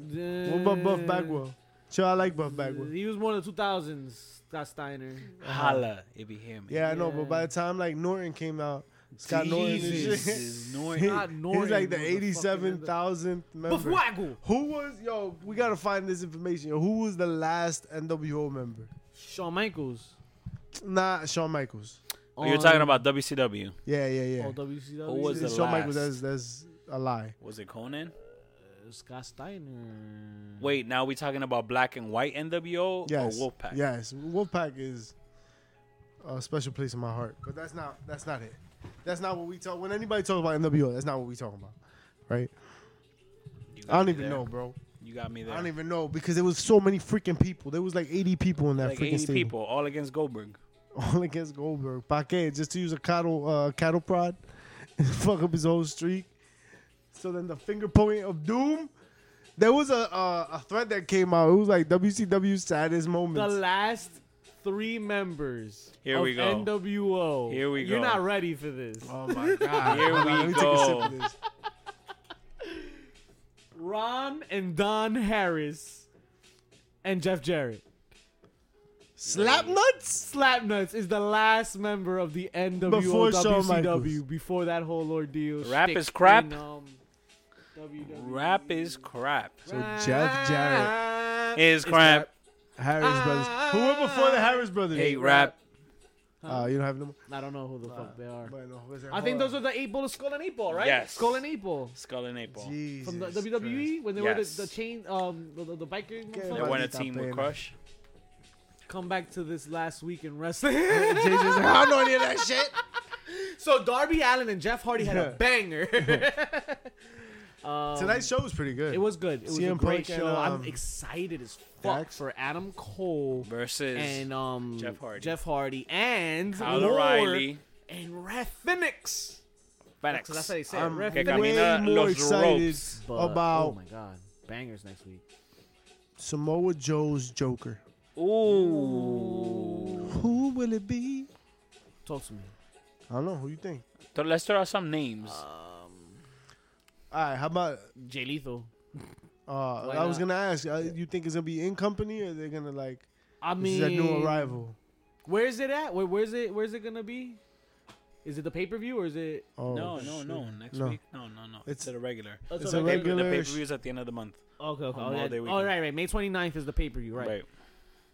Uh, What about Buff Bagwell? Sure, I like Buff Bagwell. He was more of the 2000s, Scott Steiner. Uh-huh. Holla, it be here, man. Yeah, I know, Yeah. but by the time like Norton came out, Scott Norton. and Jesus. (laughs) shit. Is Not Norton. Norton. He's like motherfucking- the eighty-seven thousand Buff member. Waggle. Who was yo? We gotta find this information. Yo, who was the last NWO member? Shawn Michaels. Nah, Shawn Michaels. Oh, You're talking about WCW. Yeah, yeah, yeah. Oh, WCW. Who was Shawn the Michaels. That's last? that's a lie. Was it Conan? Scott Steiner. Mm-hmm. Wait, now we talking about black and white NWO Yes. or Wolfpack? Yes, Wolfpack is a special place in my heart. But that's not that's not it. That's not what we talk. When anybody talks about NWO, that's not what we talking about, right? You got I don't me even there. know, bro. You got me there. I don't even know because there was so many freaking people. There was like eighty people in that like freaking 80 stadium. (laughs) people, all against Goldberg. all against Goldberg. Paquet just to use a cattle uh, cattle prod, (laughs) fuck up his whole streak. So then the finger point of doom. There was a uh, a thread that came out. It was like WCW saddest The moments. last three members Here of we go. NWO. Here we You're go. not ready for this. oh my god! Here Hold on, we let me take a sip go. of this. Ron and Don Harris and Jeff Jarrett. Slap nuts. Slapnuts is the last member of the NWO Before Shawn Michaels. WCW before that whole ordeal. Rap shtick is crap. in, um, E. WWE. Rap is crap. So Jeff Jarrett, Is crap. Harris brothers. Who were before the Harris brothers? Hate rap. Uh, you don't have no more. I don't know who the fuck they are. But no, who's there? I think Hold those are on. the eight ball of Skull and Eight Ball, right? Yes. Skull and Eight Ball. Skull and April. Jesus From the E? Christ. WWE when they Yes. were the, the chain, um, the, the, the biker. Get They motherfuckers. Why won did a they team stop with playing? Crush. Come back to this last week in (laughs) wrestling. JJ's like, I don't know any of that shit. so Darby Allen and Jeff Hardy had a Yeah. (laughs) banger. Tonight's show was pretty good. It was good. It was a CM great Punk and, show. um, I'm excited as fuck Dax? for Adam Cole Versus and um Jeff Hardy. Jeff Hardy and Kyle Lord O'Reilly. and Ref Phoenix. FedEx. So that's how they say it. I'm Ref Que Phoenix. camina way more los excited ropes. But, oh about my god, bangers next week. Samoa Joe's Joker. Ooh. Who will it be? Talk to me. I don't know. Who you think? So let's throw out some names. All right. How about? Jay Lethal. Uh, Why I was not? gonna ask. Uh, you think it's gonna be in company, or they're gonna like? I This mean, is a new arrival. where is it at? Where, where's it? Where's it gonna be? Is it the pay per view or is it? Oh, no, no, shit. no. Next No. week? No, no, no. It's- It's at a regular. It's It's a a regular- The regular. pay per sh- view is at the end of the month. Okay, okay. On Oh, yeah. holiday oh, weekend. right, right. May 29th is the pay per view, right?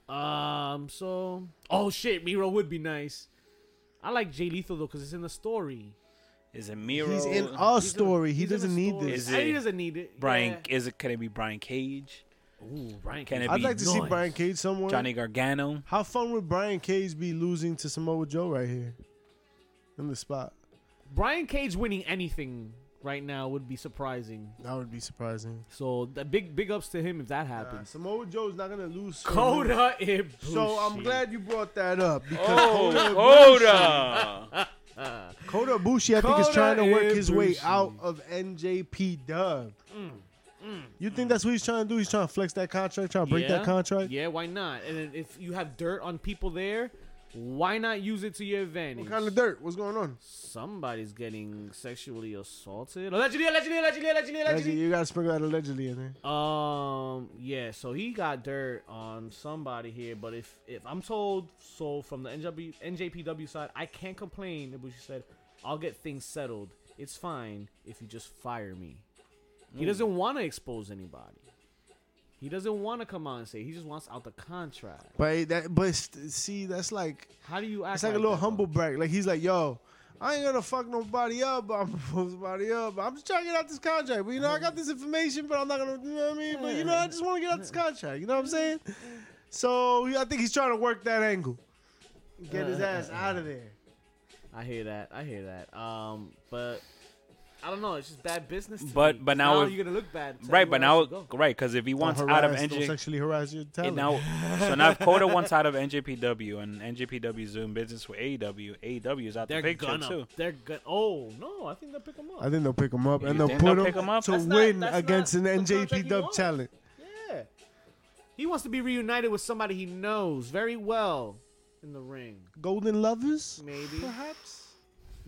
Right. Um. So, oh shit, Miro would be nice. I like Jay Lethal though, cause it's in the story. Is it Miro? He's in our story. He He's in doesn't the need story. this. Is I- He it doesn't need it. Brian. Yeah. Is it? Can it be Brian Cage? Ooh, Brian. Can Cage. it I'd be like to see nice. Brian Cage somewhere. Johnny Gargano. How fun would Brian Cage be losing to Samoa Joe right here, in the spot? Brian Cage winning anything right now would be surprising. That would be surprising. So, the big big ups to him if that Uh, happens. Samoa Joe's not gonna lose. Uh, so much. Coda Ibushi. So I'm glad you brought that up because Kota Oh, Oda. Kota Ibushi, I think, is Kota trying to work his way Ibushi. out of NJP Dub. You think that's what he's trying to do? He's trying to flex that contract, trying to break Yeah. that contract. Yeah, why not? And then if you have dirt on people there, why not use it to your advantage? What kind of dirt? What's going on? Somebody's getting sexually assaulted. Oh, Allegedly, allegedly, allegedly, allegedly, allegedly. Allegedly, you gotta sprinkle that allegedly in there. Um. Yeah. So he got dirt on somebody here, but if if I'm told so from the NJP, NJPW side, I can't complain. Ibushi said, "I'll get things settled. It's fine if you just fire me." He Mm. doesn't want to expose anybody. He doesn't want to come out and say. He just wants out the contract. But that, but st- see, that's like How do you act? it's like a like little that, though? humble brag. Like he's like, yo. I ain't gonna fuck nobody up. I'm gonna fuck nobody up. I'm just trying to get out this contract. But you know, I got this information, but I'm not gonna. You know what I mean? But you know, I just want to get out this contract. You know what I'm saying? So I think he's trying to work that angle, get his Uh, ass out of there. I hear that. I hear that. Um. But I don't know. It's just bad business. to But- me. but now if- you're gonna look bad. to (laughs) Right, but everyone else now, who go. right, because if he wants Don't out of harass- don't NJ, sexually harass your it talent. now, so now if Coda wants out of NJPW and NJPW is doing business with E AEW, AEW is out They're the picture gonna. too. They're gonna. Oh no! I think they'll pick them up. I think they'll pick him up and You they'll think put they'll him, pick him up? to That's not- win that's not against the an contract he NJP Dub wants. talent. yeah. He wants to be reunited with somebody he knows very well in the ring. Golden Lovers, Maybe. perhaps.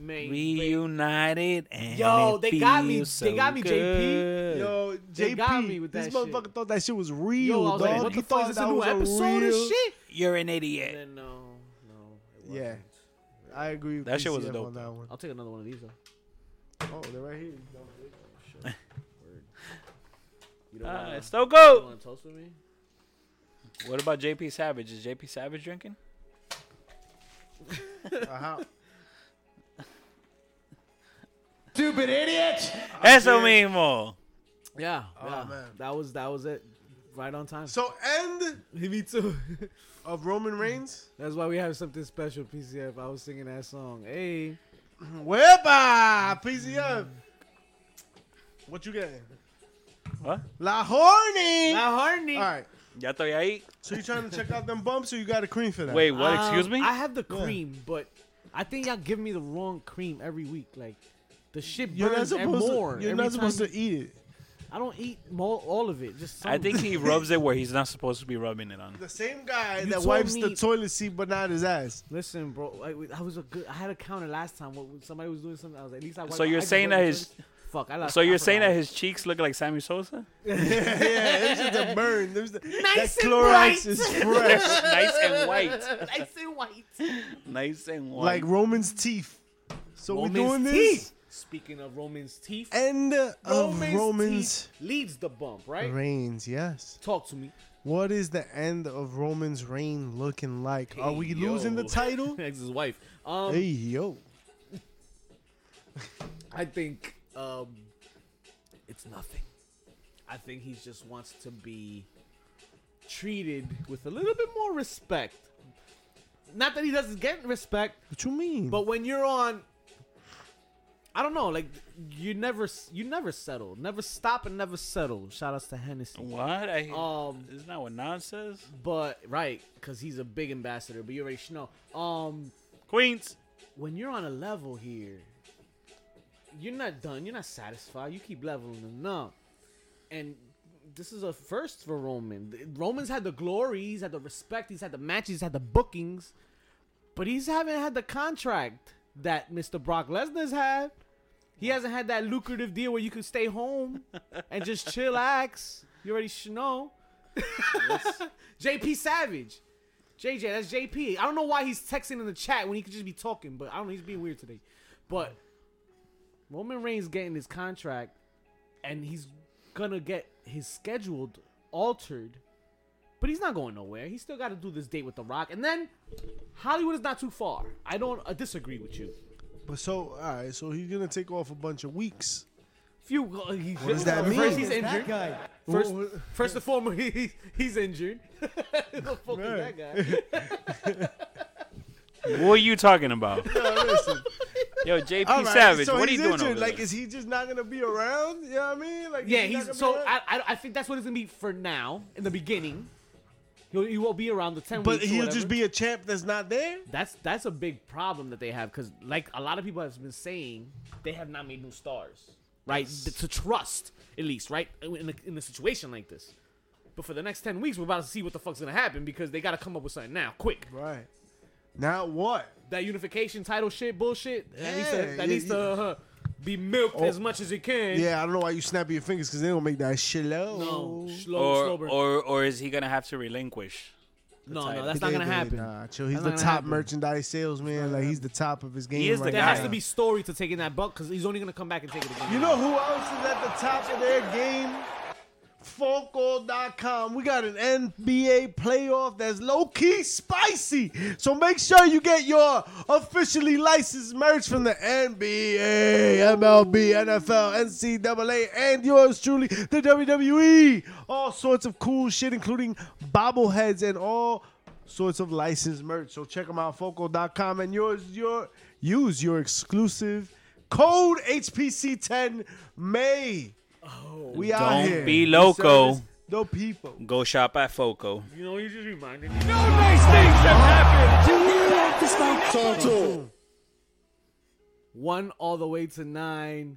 Maybe. Reunited and Yo, it they got me- feels they got me, so JP. good. Yo, They JP, got me with this that shit. motherfucker thought that shit was Yo, I real, was dog. like, what he the fuck thought is this a that new was episode real. and shit? You're an And idiot. then no, no. It wasn't. Yeah. I agree. With That shit was PCF dope, on that one. I'll take another one of these though. Oh, they're right here. You don't Ah, wanna- it still you go. want to toast with me? What about JP Savage? Is JP Savage drinking? Uh-huh. Stupid idiot! Eso mismo. Yeah. yeah. Oh, man. That was that was it. Right on time. So (laughs) end me too. of Roman Reigns. That's why we have something special, PCF. I was singing that song. Hey. Mm-hmm. Whereby PCF. What you getting? What? La horny. Now, Harney. All right. Ya estoy ahí. So you trying to check out them bumps, or you got a cream for that? Wait, what? Um, Excuse me? I have the cream, but I think y'all give me the wrong cream every week. Like the shit You're not burns and supposed more. to. You're every time- not supposed to eat it. I don't eat more, all of it. Just some. I think he rubs it where he's not supposed to be rubbing it on. The same guy You that told wipes me- the toilet seat but not (laughs) his ass. Listen, bro. I, I was a good. I had a counter last time. What somebody was doing something. I was like, at least I. So wiped- you're I just saying wiped that my his- toilet. Fuck. I lost, So Ah, I you're saying that forgot. his cheeks look like Sammy Sosa? yeah, it's just a burn. There's the, Nice that and Clorox white. is fresh, nice and white. (laughs) I say white. Nice and white. like Roman's teeth. So Roman's we're doing teeth. this. Speaking of Roman's teeth, End of Roman's, Roman's teeth leads the bump, right? reigns. Yes. Talk to me. What is the end of Roman's reign looking like? Are we Hey, yo. losing the (laughs) title? Ex his wife. Um, hey yo. I think um, it's nothing. I think he just wants to be treated with a little bit more respect. Not that he doesn't get respect, What you mean? but when you're on, I don't know, like you never, you never settle, never stop and never settle. Shout outs to Hennessy. what? I, Um, isn't that what Nas says? but right, because he's a big ambassador. But you already know. Um, Queens. when you're on a level here, you're not done. You're not satisfied. You keep leveling them up, and this is a first for Roman. The- Roman's had the glory. He's had the respect. He's had the matches. He's had the bookings, but he's haven't had the contract that Mr. Brock Lesnar's had. He hasn't had that lucrative deal where you can stay home and just chillax. You already should know. (laughs) JP Savage. JJ, that's JP. I don't know why he's texting in the chat when he could just be talking, but I don't know. He's being weird today. But Roman Reigns getting his contract, and he's gonna get his schedule altered. But he's not going nowhere. He's still got to do this date with The Rock, and then Hollywood is not too far. I don't uh, disagree with you. But so all right, so he's gonna take off a bunch of weeks. Few. Uh, he, what does that mean? First, he's injured. First, first and foremost, (laughs) he, he- he's injured. (laughs) Who the fuck is that guy? What are you talking about? Yeah, (laughs) listen. Yo, JP All right, Savage, so what are he's you doing injured. over Like, there? is he just not gonna be around? You know what I mean? Like, is Yeah, he not he's gonna so be around? I, I I think that's what it's gonna be for now in the beginning. He'll, he won't be around the ten. But weeks or he'll whatever. just be a champ that's not there. That's that's a big problem that they have because like a lot of people have been saying, they have not made new stars, right? Th- To trust at least, right? In a, in a situation like this. But for the next ten weeks, we're about to see what the fuck's gonna happen because they gotta come up with something now, quick. Right. Now what? That unification title shit, bullshit. that needs Yeah, to, that yeah, needs to yeah. Oh. uh, be milked as much as it can. Yeah, I don't know why you snapping your fingers because they don't make that shit low. No, slow, or, slow burn. or, or is he going to have to relinquish? no, title. no, that's not gonna happen. Nah, chill. He's That's the not top gonna happen. merchandise salesman. Like he's the top of his game. is the right There guy. now. has to be story to taking that buck because he's only gonna come back and take it again. You know who else is at the top of their game? Focal.com. We got an NBA playoff that's low key spicy. So make sure you get your officially licensed merch from the NBA, MLB, NFL, NCAA, and yours truly, the WWE. All sorts of cool shit, including bobbleheads and all sorts of licensed merch. So check them out, focal.com, and yours, your use your exclusive code HPC10 May. Oh, we out Don't here. be loco. Service The people. Go shop at Foco. You know, you just reminded me. one all the way to nine.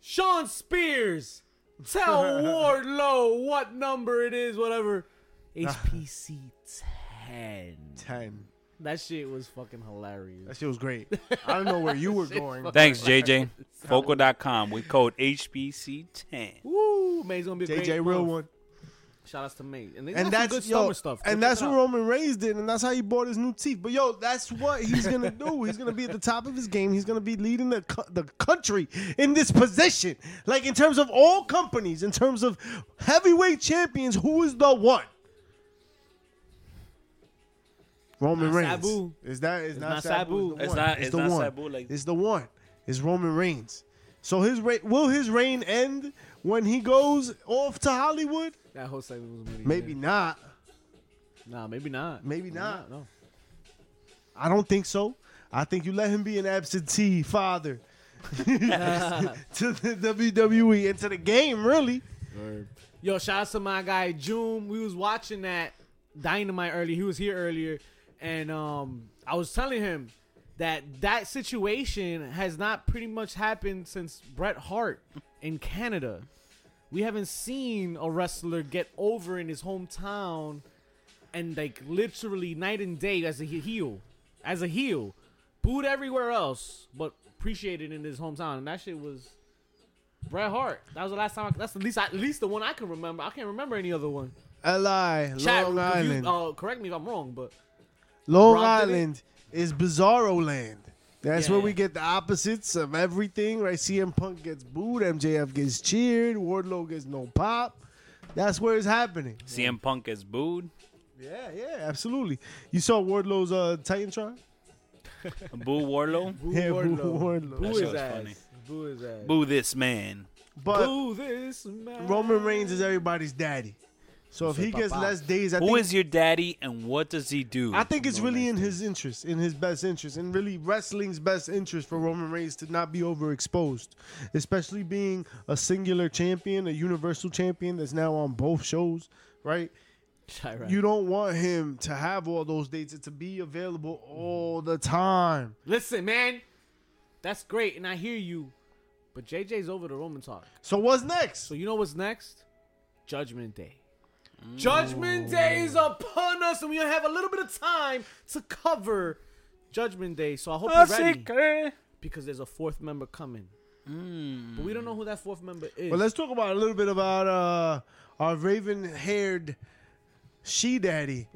Sean Spears, (laughs) tell Wardlow what number it is, whatever. HPC 10. 10. That shit was fucking hilarious. That shit was (laughs) great. I don't know where you were going. Thanks, JJ. Foco.com with code HBC10. Woo, May's gonna be a great. JJ, real month. one. Shout outs to Mace. And, they got And some that's good yo, summer stuff. Check and it that's out. what Roman Reigns did, and that's how he bought his new teeth. But yo, that's what he's (laughs) gonna do. He's gonna be at the top of his game. He's gonna be leading the co- the country in this position, like in terms of all companies, in terms of heavyweight champions. Who is the one? Roman Not Reigns. Sabu. Is that? It's, not, not Sabu. Sabu. It's the one. not- it's the not one. Sabu, like- it's the one. It's Roman Reigns. So his re- will his reign end when he goes off to Hollywood? That whole segment was amazing. Maybe not. Nah, maybe not. Maybe not. No. I don't think so. I think you let him be an (laughs) absentee father to the WWE and to the game, really. Yo, shout out to my guy June. We was watching that Dynamite earlier. He was here earlier, and um, I was telling him that that situation has not pretty much happened since Bret Hart in Canada. We haven't seen a wrestler get over in his hometown and like literally night and day as a he- heel, as a heel, booed everywhere else, but appreciated in his hometown. And that shit was Bret Hart. That was the last time. I, that's the least. At least the one I can remember. I can't remember any other one. L.I., Chat, Long if you- Island. uh, correct me if I'm wrong, but Long Brock did it? Island is Bizarro Land. That's Yeah, where yeah. we get the opposites of everything, right? CM Punk gets booed, MJF gets cheered, Wardlow gets no pop. That's where it's happening. CM Punk is booed. Yeah, yeah, absolutely. You saw Wardlow's uh, Titantron? Boo Warlow. Boo Yeah, Boo Wardlow. Boo Wardlow. That his shit was ass. funny. Boo his ass. Boo this man. But Boo this man. Roman Reigns is everybody's daddy. So if he gets papa. less days, I Who think is your daddy and what does he do? I think it's really in his interest, in his best interest, and really wrestling's best interest for Roman Reigns to not be overexposed, especially being a singular champion, a universal champion that's now on both shows, right? Chirac. You don't want him to have all those dates and to be available all the time. Listen, man. That's great, and I hear you. But JJ's over the Roman talk. So what's next? So you know what's next? Judgment Day. Mm. Judgment Day is upon us, and we have a little bit of time to cover Judgment Day. So I Ah, hope you're ready because there's a fourth member coming. Mm. But we don't know who that fourth member is. But let's talk about a little bit about uh, our raven-haired she daddy.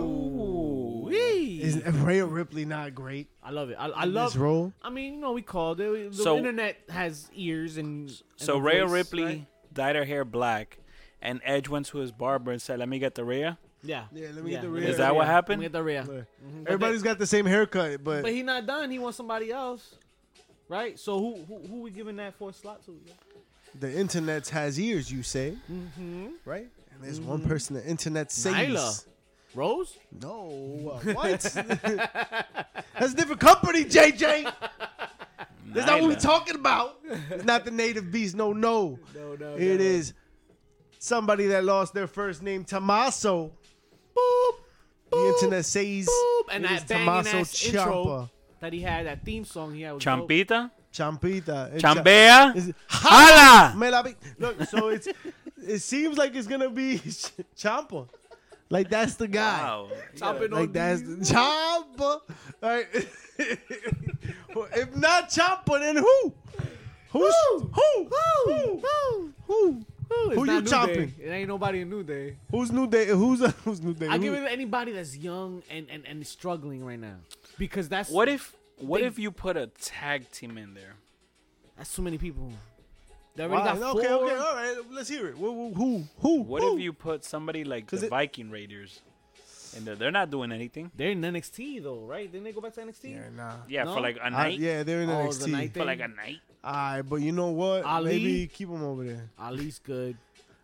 Ooh. Wee. Is (laughs) Rhea Ripley not great? I love it. I, I love this role? I mean, you know, we called it. The So- internet has ears and. and So a Rhea voice, Ripley right? dyed her hair black, and Edge went to his barber and said, "Let me get the Oh. Rhea." Yeah. Yeah, let me get the Rhea. Is that what happened? Let me get the Rhea. Everybody's got the same haircut, but Mhm. But he not done. He wants somebody else, right? So who who, who we giving that fourth slot to? yo? The internet has ears, you say, mm-hmm. right? And there's one Mm-hmm. person the internet says. Nyla. Rose? No, uh, (laughs) what? (laughs) That's a different (laughs) company, JJ. That's not what we're Nyla. talking about. It's not the native beast. No, Oh, no. No, no, It no. is somebody that lost their first name, Tommaso. Boop. The internet says. Boop. And it is that banging Tommaso ass intro Ciampa. that he had, that theme song he had. was dope. Champita, Champita. It's Chambea, Is it- Hala. May not be- Look, so it's it seems like it's gonna be (laughs) Champa, like that's the guy. Wow. Chomping on Like that's these. the Champa. Right? Well, (laughs) if not Champa, then who? Who's who? Who? Who? Who? Ooh, it's Who not you New chomping? Day. It ain't nobody in New Day. Who's new day? Who's (laughs) who's new day? I give Who- it to anybody that's young and, and, and struggling right now. Because that's What if what They- if you put a tag team in there? that's so many people. They Wow, already got okay, four. okay, all right. Let's hear it. Who? Who? Who? What who? if you put somebody like the it- Viking Raiders in there? They're not doing anything. They're in NXT though, right? Didn't they go back to NXT? Yeah, nah. Yeah, No? for like a I, night. uh, yeah, they're in Oh, the NXT. night For like a night. All right, but you know what? Ali? Maybe keep them over there. Ali's good.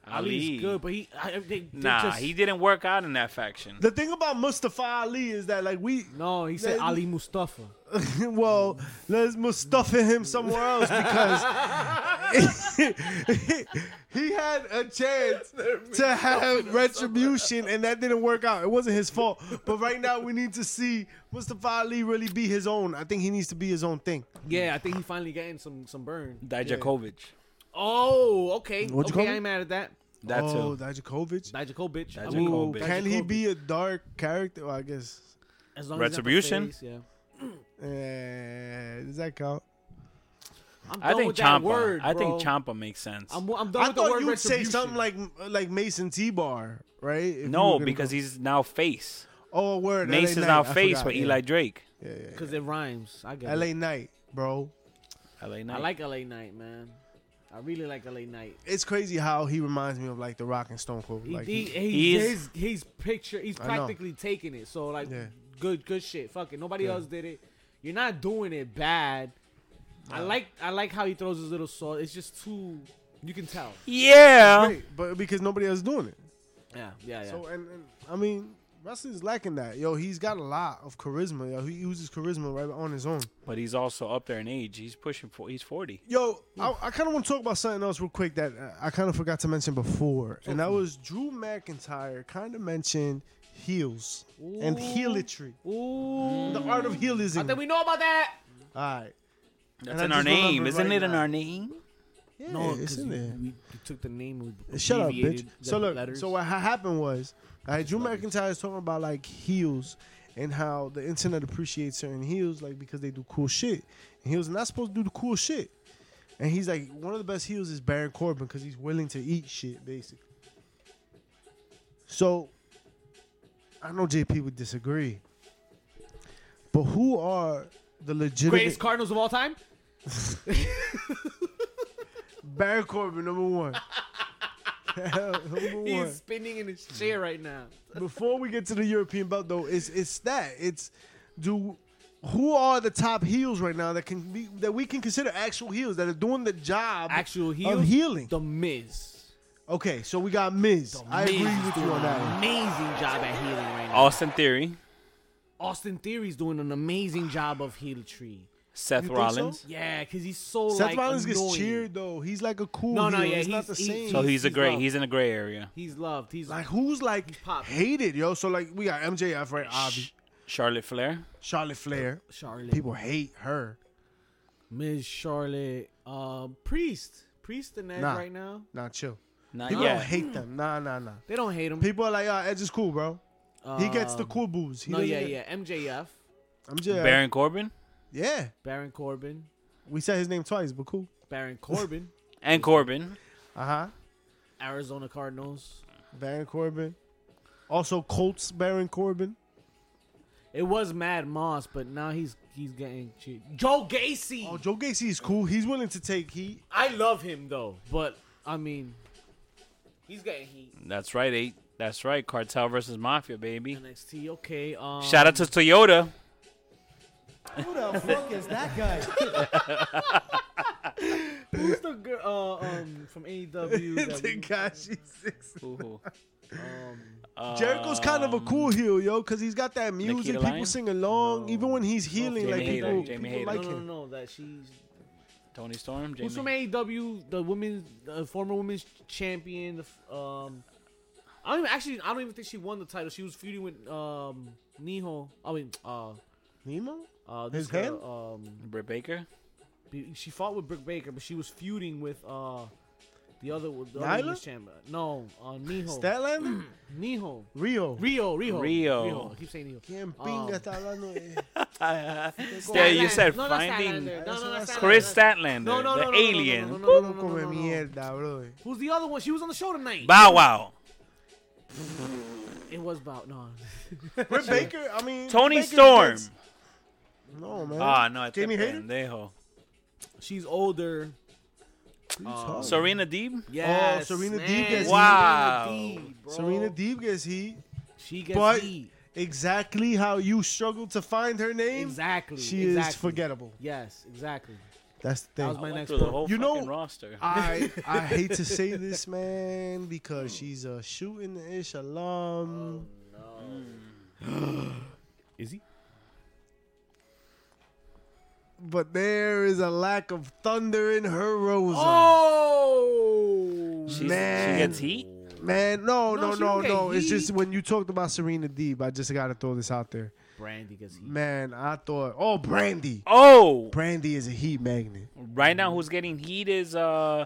Ali. Ali's good, but he I, they, they Nah, just, he didn't work out in that faction. The thing about Mustafa Ali is that like we (laughs) no. He said They- Ali Mustafa. well, let's Mustafa him somewhere else because (laughs) he, had a chance to have retribution and that didn't work out. It wasn't his fault. But right now we need to see Mustafa Ali really be his own. I think he needs to be his own thing. Yeah, I think he finally getting some some burn. Dijakovic. Oh, okay. okay, What'd you call I him? ain't mad at that. That's oh, oh, Dijakovic. Dijakovic. I Dijakovic. mean, Ooh, Dijakovic. Can he be a dark character? Well, I guess. as long as he's got the Retribution. face, yeah. Eh, does that count? I'm done I think with that Champa. word, I think bro. Champa makes sense. I'm, I'm done I with the thought word you'd say retribution. something like like Mason T Bar, right? If you were no, gonna because go- he's now face. oh word, LA Mason's Knight, now I face forgot, with yeah. Eli Drake. Yeah, yeah, because it rhymes. I get yeah. it. LA Knight, bro. LA Knight. I like LA Knight, man. I really like LA Knight. It's crazy how he reminds me of like the Rock and Stone Cold. He, Like, he, he- he- He he's, is- he's picture he's I know. practically taking it. So like Yeah. good good shit. Fuck it. Nobody Yeah. else did it. You're not doing it bad. I like I like how he throws his little sword. It's just too you can tell. Yeah. great, but because nobody else doing it. Yeah, yeah, yeah. So and, and I mean, wrestling's lacking that. Yo, he's got a lot of charisma. Yo, he uses charisma right on his own. But he's also up there in age. He's pushing for. He's forty. Yo, I, I kind of want to talk about something else real quick that uh, I kind of forgot to mention before, and that was Drew McIntyre kind of mentioned heels and heelatry, Ooh. the art of heelism. I think we know about that. All right, That's I in our just name, remembered isn't right it? In now. our name. yeah, No, it's 'cause in you- there. We, you took the name. and we Shut up, bitch. abbreviated the So look, letters. so what ha- happened was, I Drew McIntyre is talking about like heels and how the internet appreciates certain heels, like because they do cool shit. And heels are not supposed to do the cool shit. And he's like, one of the best heels is Baron Corbin because he's willing to eat shit, basically. So, I know JP would disagree, but who are the legitimate greatest Cardinals of all time. Baron Corbin number one? (laughs) number one. He's spinning in his chair right now. before we get to the European belt though, it's it's that it's do who are the top heels right now that can be that we can consider actual heels that are doing the job Actual heal. of healing. The Miz. Okay, so we got Miz. I agree Miz is with doing you on that. An one. amazing job at healing right now. Austin Theory, Austin Theory's doing an amazing job of heel tree. Seth You think so? Rollins. So? Yeah, because he's so Seth like Rollins annoying. gets cheered though. He's like a cool No, heel. no, yeah, it's not he's- the he- same. he- he's a He's gray. loved. He's in a gray area. He's loved. He's like who's like popped. hated, yo. So like we got MJF, right? Obvi, Charlotte Flair. Charlotte Flair. Charlotte. People hate her. Miss Charlotte. Uh, Priest. Priest and Edge Nah. right now. Nah, chill. Not People yet. don't hate them. Nah, nah, nah. They don't hate him. Uh, People are like, oh, Edge is cool, bro. he gets the cool booze. He Um, no, doesn't yeah, get- yeah. MJF. MJF. Baron Corbin Yeah. Baron Corbin. We said his name twice, but cool. (laughs) Baron Corbin. and Corbin. Uh Uh-huh. huh. Arizona Cardinals. Baron Corbin. Also, Colts Baron Corbin. It was Mad Moss, but now he's he's getting cheated. Joe Gacy. Oh, Joe Gacy is cool. He's willing to take (laughs) heat. I love him though, but I mean, he's getting heat. That's right. Eight. That's right. Cartel versus Mafia, baby. NXT, okay. Um, Shout out to Toyota. Who the fuck is that guy? who's the girl uh, um, from (laughs) AEW? that we- Takashi six. um, (laughs) Jericho's kind Um, of a cool heel, yo, because he's got that music. People Lyon? sing along, even when he's healing. Jamie like Hayter, people, Jamie people Hayter. like no, no, him. no, that she's Tony Storm. who's from Jamie. AEW, the women's, the former women's champion. The, f- um, I don't even, actually, I don't even think she won the title. She was feuding with um, Niho. I mean, uh, Nemo? uh, this His girl, Um, Britt Baker. be- she fought with Brick Baker, but she was feuding with uh, the other, the Nyla? other women's champion. No, uh, Niho. Statlander? Niho. (clears throat) Rio. Oh. Rio, Rio, Rio. I keep saying Rio. Quien pinga está hablando de- (laughs) Yeah, you said no, no, finding Statlander. No, no, no, Statlander. Chris Statlander, No, no, no, the no, no, no, alien. No, no, no, no, Todo no, no, come no, no. mierda, bro. Who's the other one? She was on the show tonight. Bow Wow. It was about no. Britt Baker, I mean. Tony Baker Storm. gets- No, man. Ah, no, it's Jamie Jamie Hayter? Hayter. She's older. Oh, Sorry. uh, Serena Deeb. Yes, Serena man. Deeb gets Wow. Serena Deeb, bro. Serena Deeb gets heat. She gets but- heat. exactly how you struggled to find her name, Exactly. she exactly. is forgettable. Yes, exactly. That's the That was thing. my Went next through the one. ah, whole You know- fucking roster. (laughs) I, I hate to say this, man, because she's a shooting ish alum. Oh, (gasps) Is he? But there is a lack of thunder in her Rosa. Oh. She's, she man. gets heat. Man, no, No, no, she no, don't get no. It's just heat. when you talked about Serena Deeb, I just got to throw this out there. Brandy gets heat. Man, I thought, oh, Brandy. Oh, Brandy is a heat magnet. right now who's getting heat is uh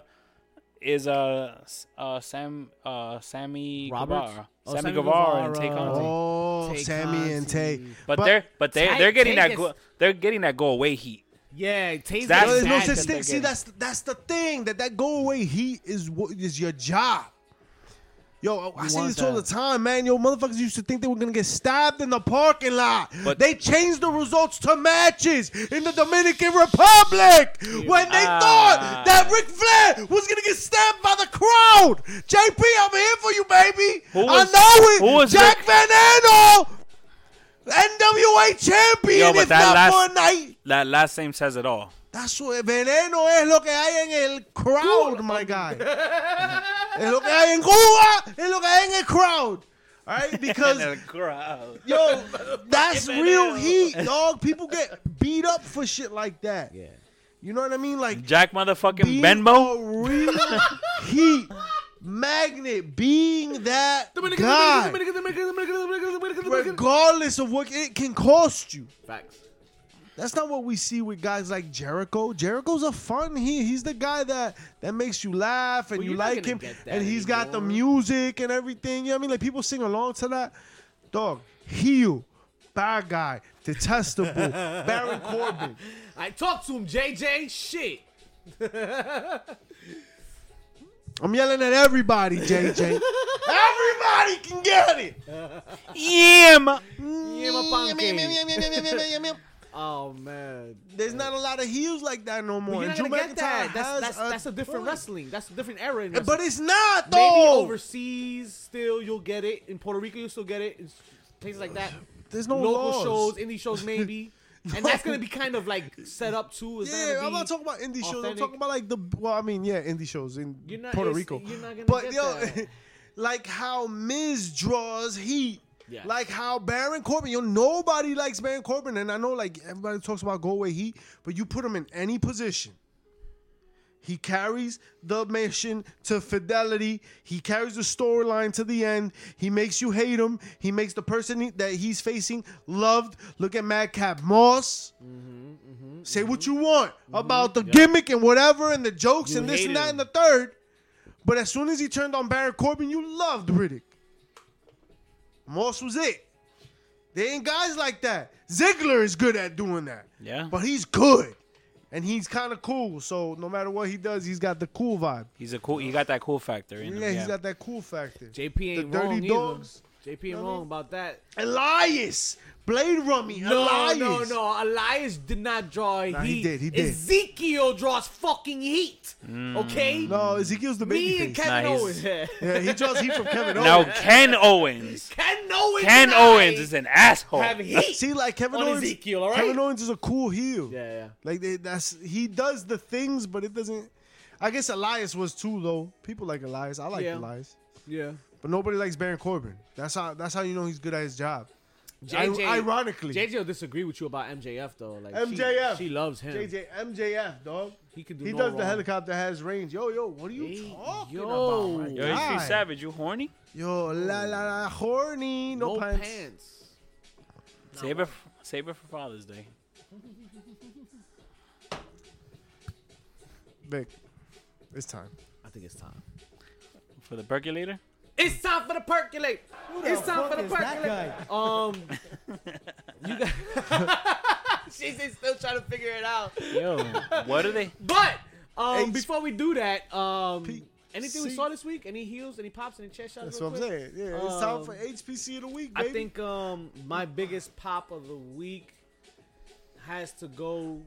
is uh S- uh Sam uh Sammy Roberts? Guevara. Oh, Sammy, Sammy Guevara and Tay Guevara. Conti. Oh, Tay Sammy and Tay. Conti. But, they're but they Tay- they're getting Tay that gets- go, they're getting that go away heat. Yeah, it tastes That's- No, there's no bad such that thing. they See, get- that's that's the thing that that go away heat is what is your job. Yo, I say want this all the that. time, man. Yo, motherfuckers used to think they were gonna get stabbed in the parking lot. But- they changed the results to matches in the Dominican Republic when they Ah. thought that Ric Flair was gonna get stabbed by the crowd. JP, I'm here for you, baby. Who I was- know it. who was Jack Ric- Van Andel, NWA champion. Yo, but if that not last- for a night. That last name says it all. That's what, veneno es lo que hay en el crowd, my guy. es lo que hay en Cuba, es lo que hay en el crowd. All right, because yo, that's real heat, dog. People get beat up for shit like that. Yeah, you know what I mean? Like Jack motherfucking being Benmo. a real heat magnet, being that guy, regardless of what it can cost you. Facts. That's not what we see with guys like Jericho. Jericho's a fun. He he's the guy that that makes you laugh and Well, you you're not like gonna him, get that and he's got the anymore. music and everything. You know what I mean? Like people sing along to that. Dog, heel, bad guy, (laughs) detestable, Baron Corbin. I talked to him, JJ. Shit. I'm yelling at (laughs) everybody, JJ. everybody can get it. Yeah, Yeah, my pancake. (laughs) There's Oh man. not a lot of heels like that no more. Well, you're not And Drew gonna get that. McIntyre That's has that's, that's a different point. wrestling. That's a different era in But wrestling. it's not though. maybe overseas still you'll get it. In Puerto Rico you'll still get it. It's places like that. There's no Local laws. shows, indie shows (laughs) maybe. And that's gonna be kind of like set up too. It's not Yeah, gonna I'm not be- talking about indie shows. I'm authentic. talking about like the well, I mean, yeah, indie shows in You're not- Puerto it's- Rico. you're not gonna but get yo, (laughs) that. like how Miz draws heat. Yes. Like how Baron Corbin, yo, nobody likes Baron Corbin, and I know like everybody talks about go away heat, but you put him in any position. He carries the mission to fidelity. He carries the storyline to the end. He makes you hate him. He makes the person he- that he's facing loved. Look at Madcap Moss. Mm-hmm, Say what you want about the gimmick and whatever and the jokes and this hate and that him. and the third. But as soon as he turned on Baron Corbin, you loved Riddick. Moss was it. They ain't guys like that. Ziggler is good at doing that. Yeah. But he's good. And he's kind of cool. So no matter what he does, he's got the cool vibe. he's a cool. He got that cool factor Yeah, in him. he's Yeah. got that cool factor. JP ain't The Dirty wrong either. Dogs. JP ain't wrong about that. Elias! Blade Rummy. No, Elias. no, no. Elias did not draw heat. Nah, he did, he did. Ezekiel draws fucking heat. Okay? No, Ezekiel's the baby Me and face. Kevin Mm. Nah, he's- Owens. (laughs) Yeah, he draws heat from Kevin Now Owens. Ken Owens. Ken Owens. Ken and I Owens is an asshole. (laughs) have heat. See, like Kevin On Owens, Ezekiel, all right? Kevin Owens is a cool heel. Yeah, yeah. Like they, that's he does the things, but it doesn't. I guess Elias was too though. People like Elias. I like Yeah. Elias, Yeah. but nobody likes Baron Corbin. That's how. That's how you know he's good at his job. JJ, I- ironically. JJ will disagree with you about MJF though. Like she- MJF. she, loves him. JJ MJF dog. he can do. He no does the wrong. helicopter has range. Yo yo, what are you Hey, talking yo. about? my Yo, he's guy? pretty savage. You horny? Yo la la la, horny. No, No pants. pants. Save it. f- Save it for Father's Day. Vic, it's time. I think it's time. For the percolator. It's time for the percolate. Who the It's time for fuck the is that percolate. guy? Um, you guys. (laughs) She's still trying to figure it out. Yo, what are they? But um, H- before we do that, um, P- anything we C- saw this week? Any heels? Any pops? Any chest shots? That's real what I'm quick? saying. Yeah, it's time Um, for HPC of the week, I baby. think um my biggest pop of the week has to go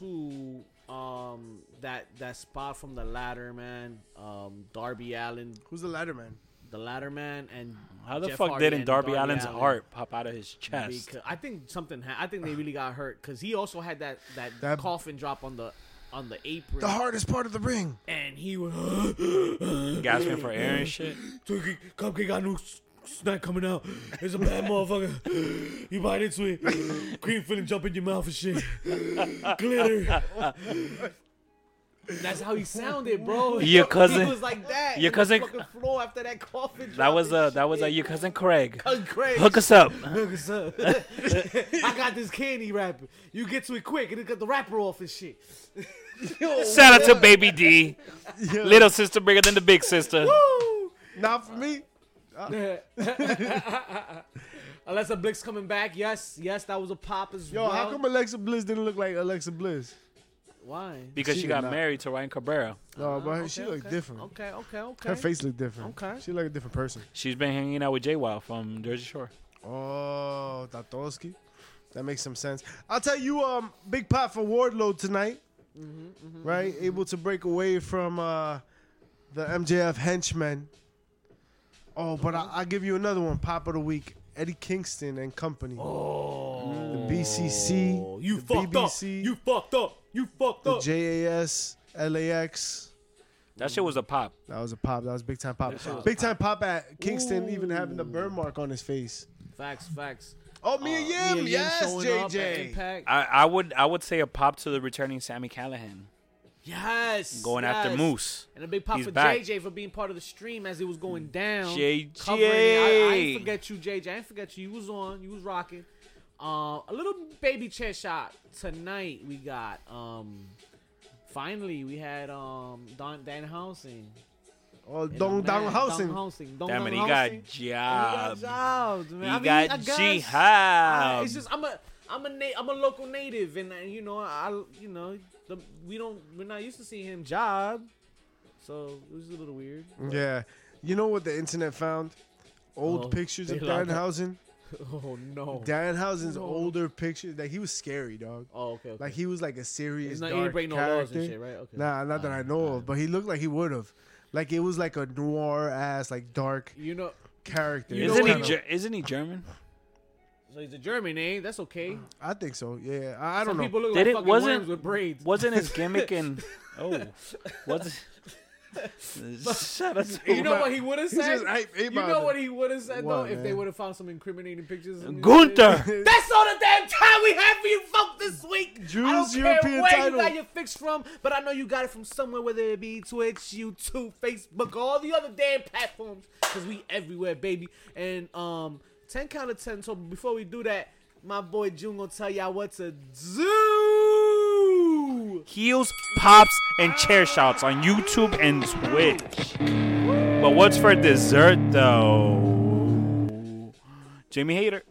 to um that that spot from the ladder man, um Darby Allen, Who's the ladder man? the ladder man, and How the Jeff fuck Hardy didn't and Darby, Allen's Allin. heart pop out of his chest? Because I think something. Ha- I think they really got hurt because he also had that, that That- coffin drop on the on the apron, The hardest part of the ring. and he was (gasps) Gasping for air (laughs) and shit. Twinkie, Cupcake, I knew s- snack coming out. It's a bad motherfucker. (laughs) You bite into it. Cream filling jump in your mouth and shit. (laughs) Glitter. That's how he sounded, bro. Your (laughs) cousin- He was like that. your on the cousin- fucking floor after that coffin. That drop was and uh that was uh, shit. your cousin (laughs) (laughs) Craig. Cousin Craig. Hook us up. Hook us up. (laughs) I got this candy wrapper. You get to it quick and it got the wrapper off and shit. Shout out to Baby D, Yeah. little sister bigger than the big sister. Woo! Not for me. um, Alexa Bliss coming back. Yes, yes, that was a pop as Yo, well. how come Alexa Bliss didn't look like Alexa Bliss? Why? because She she did got not. married to Ryan Cabrera. No, Uh-huh. but Okay, she looked okay, different. Okay, okay, okay. Her face looked different. Okay. She looked a different person. She's been hanging out with Jay Wild from Jersey Shore. Oh, Tatowski. That makes some sense. I'll tell you, um, big pot for Wardlow tonight. Mm-hmm, right? Able to break away from uh, the MJF henchmen. Oh, but I, I'll give you another one. Pop of the week. Eddie Kingston and company. Oh. The BCC. You the fucked BBC, up. You fucked up. You fucked the up. JAS, LAX. That shit was a pop. That was a pop. That was big time pop. Big time pop at Kingston, even having the burn mark on his face. facts, facts. Uh, E Oh, me and Yim, Mia Yim yes, showing up at JJ. Impact. I, I would I would say a pop to the returning Sammy Callahan Yes. going after yes. Moose. And a big pop He's for back. JJ for being part of the stream as it was going down. JJ. Covering it. I, I ain't forget you, JJ. I ain't forget you. You was on. You was rocking. Uh, a little baby chair shot tonight. We got um. Finally, we had um Don Dan Housing. Oh, Dong Dong Housing. Housing. Don Damn Don it, he got Housing. job. He got jobs, man. Um, I mean, He I got guess- jihad. I- It's just I'm a I'm a na- I'm a local native, and uh, you know I you know the, we don't we're not used to seeing him job, so it was a little weird. (laughs) Yeah. You know what the internet found? Old Oh, pictures they Oh. of love that. Danhausen. Oh no. Danhausen's No. older pictures. Like, he was scary, dog. oh okay. okay. Like, he was like a serious He's not he didn't dark break no character. laws and shit, right? Okay. Nah, not that I know of, but he looked like he would have. Like, it was like a noir ass, like, dark You know, character. You know Isn't what he I'm- Ger- isn't he German? so he's a German, eh? That's okay. I think so. Yeah, I, I don't Some know. people look like Didn't- fucking wasn't- worms with braids. Wasn't his gimmick (laughs) in oh was Shut us You know what he would have He's said? just hype, he You about know it. what he would have said though What, if they man? would have found some incriminating pictures. and shit? Gunther. That's all the damn time we have for you folk this week. I don't Drew's care European where title. you got your fix from, but I know you got it from somewhere, whether it be Twitch, YouTube, Facebook, all the other damn platforms, because we everywhere, baby. And um, ten count of ten. So before we do that, my boy June gonna tell y'all what to do. Heels, pops, and chair shots on YouTube and Twitch. But what's for dessert though? Jimmy Hater.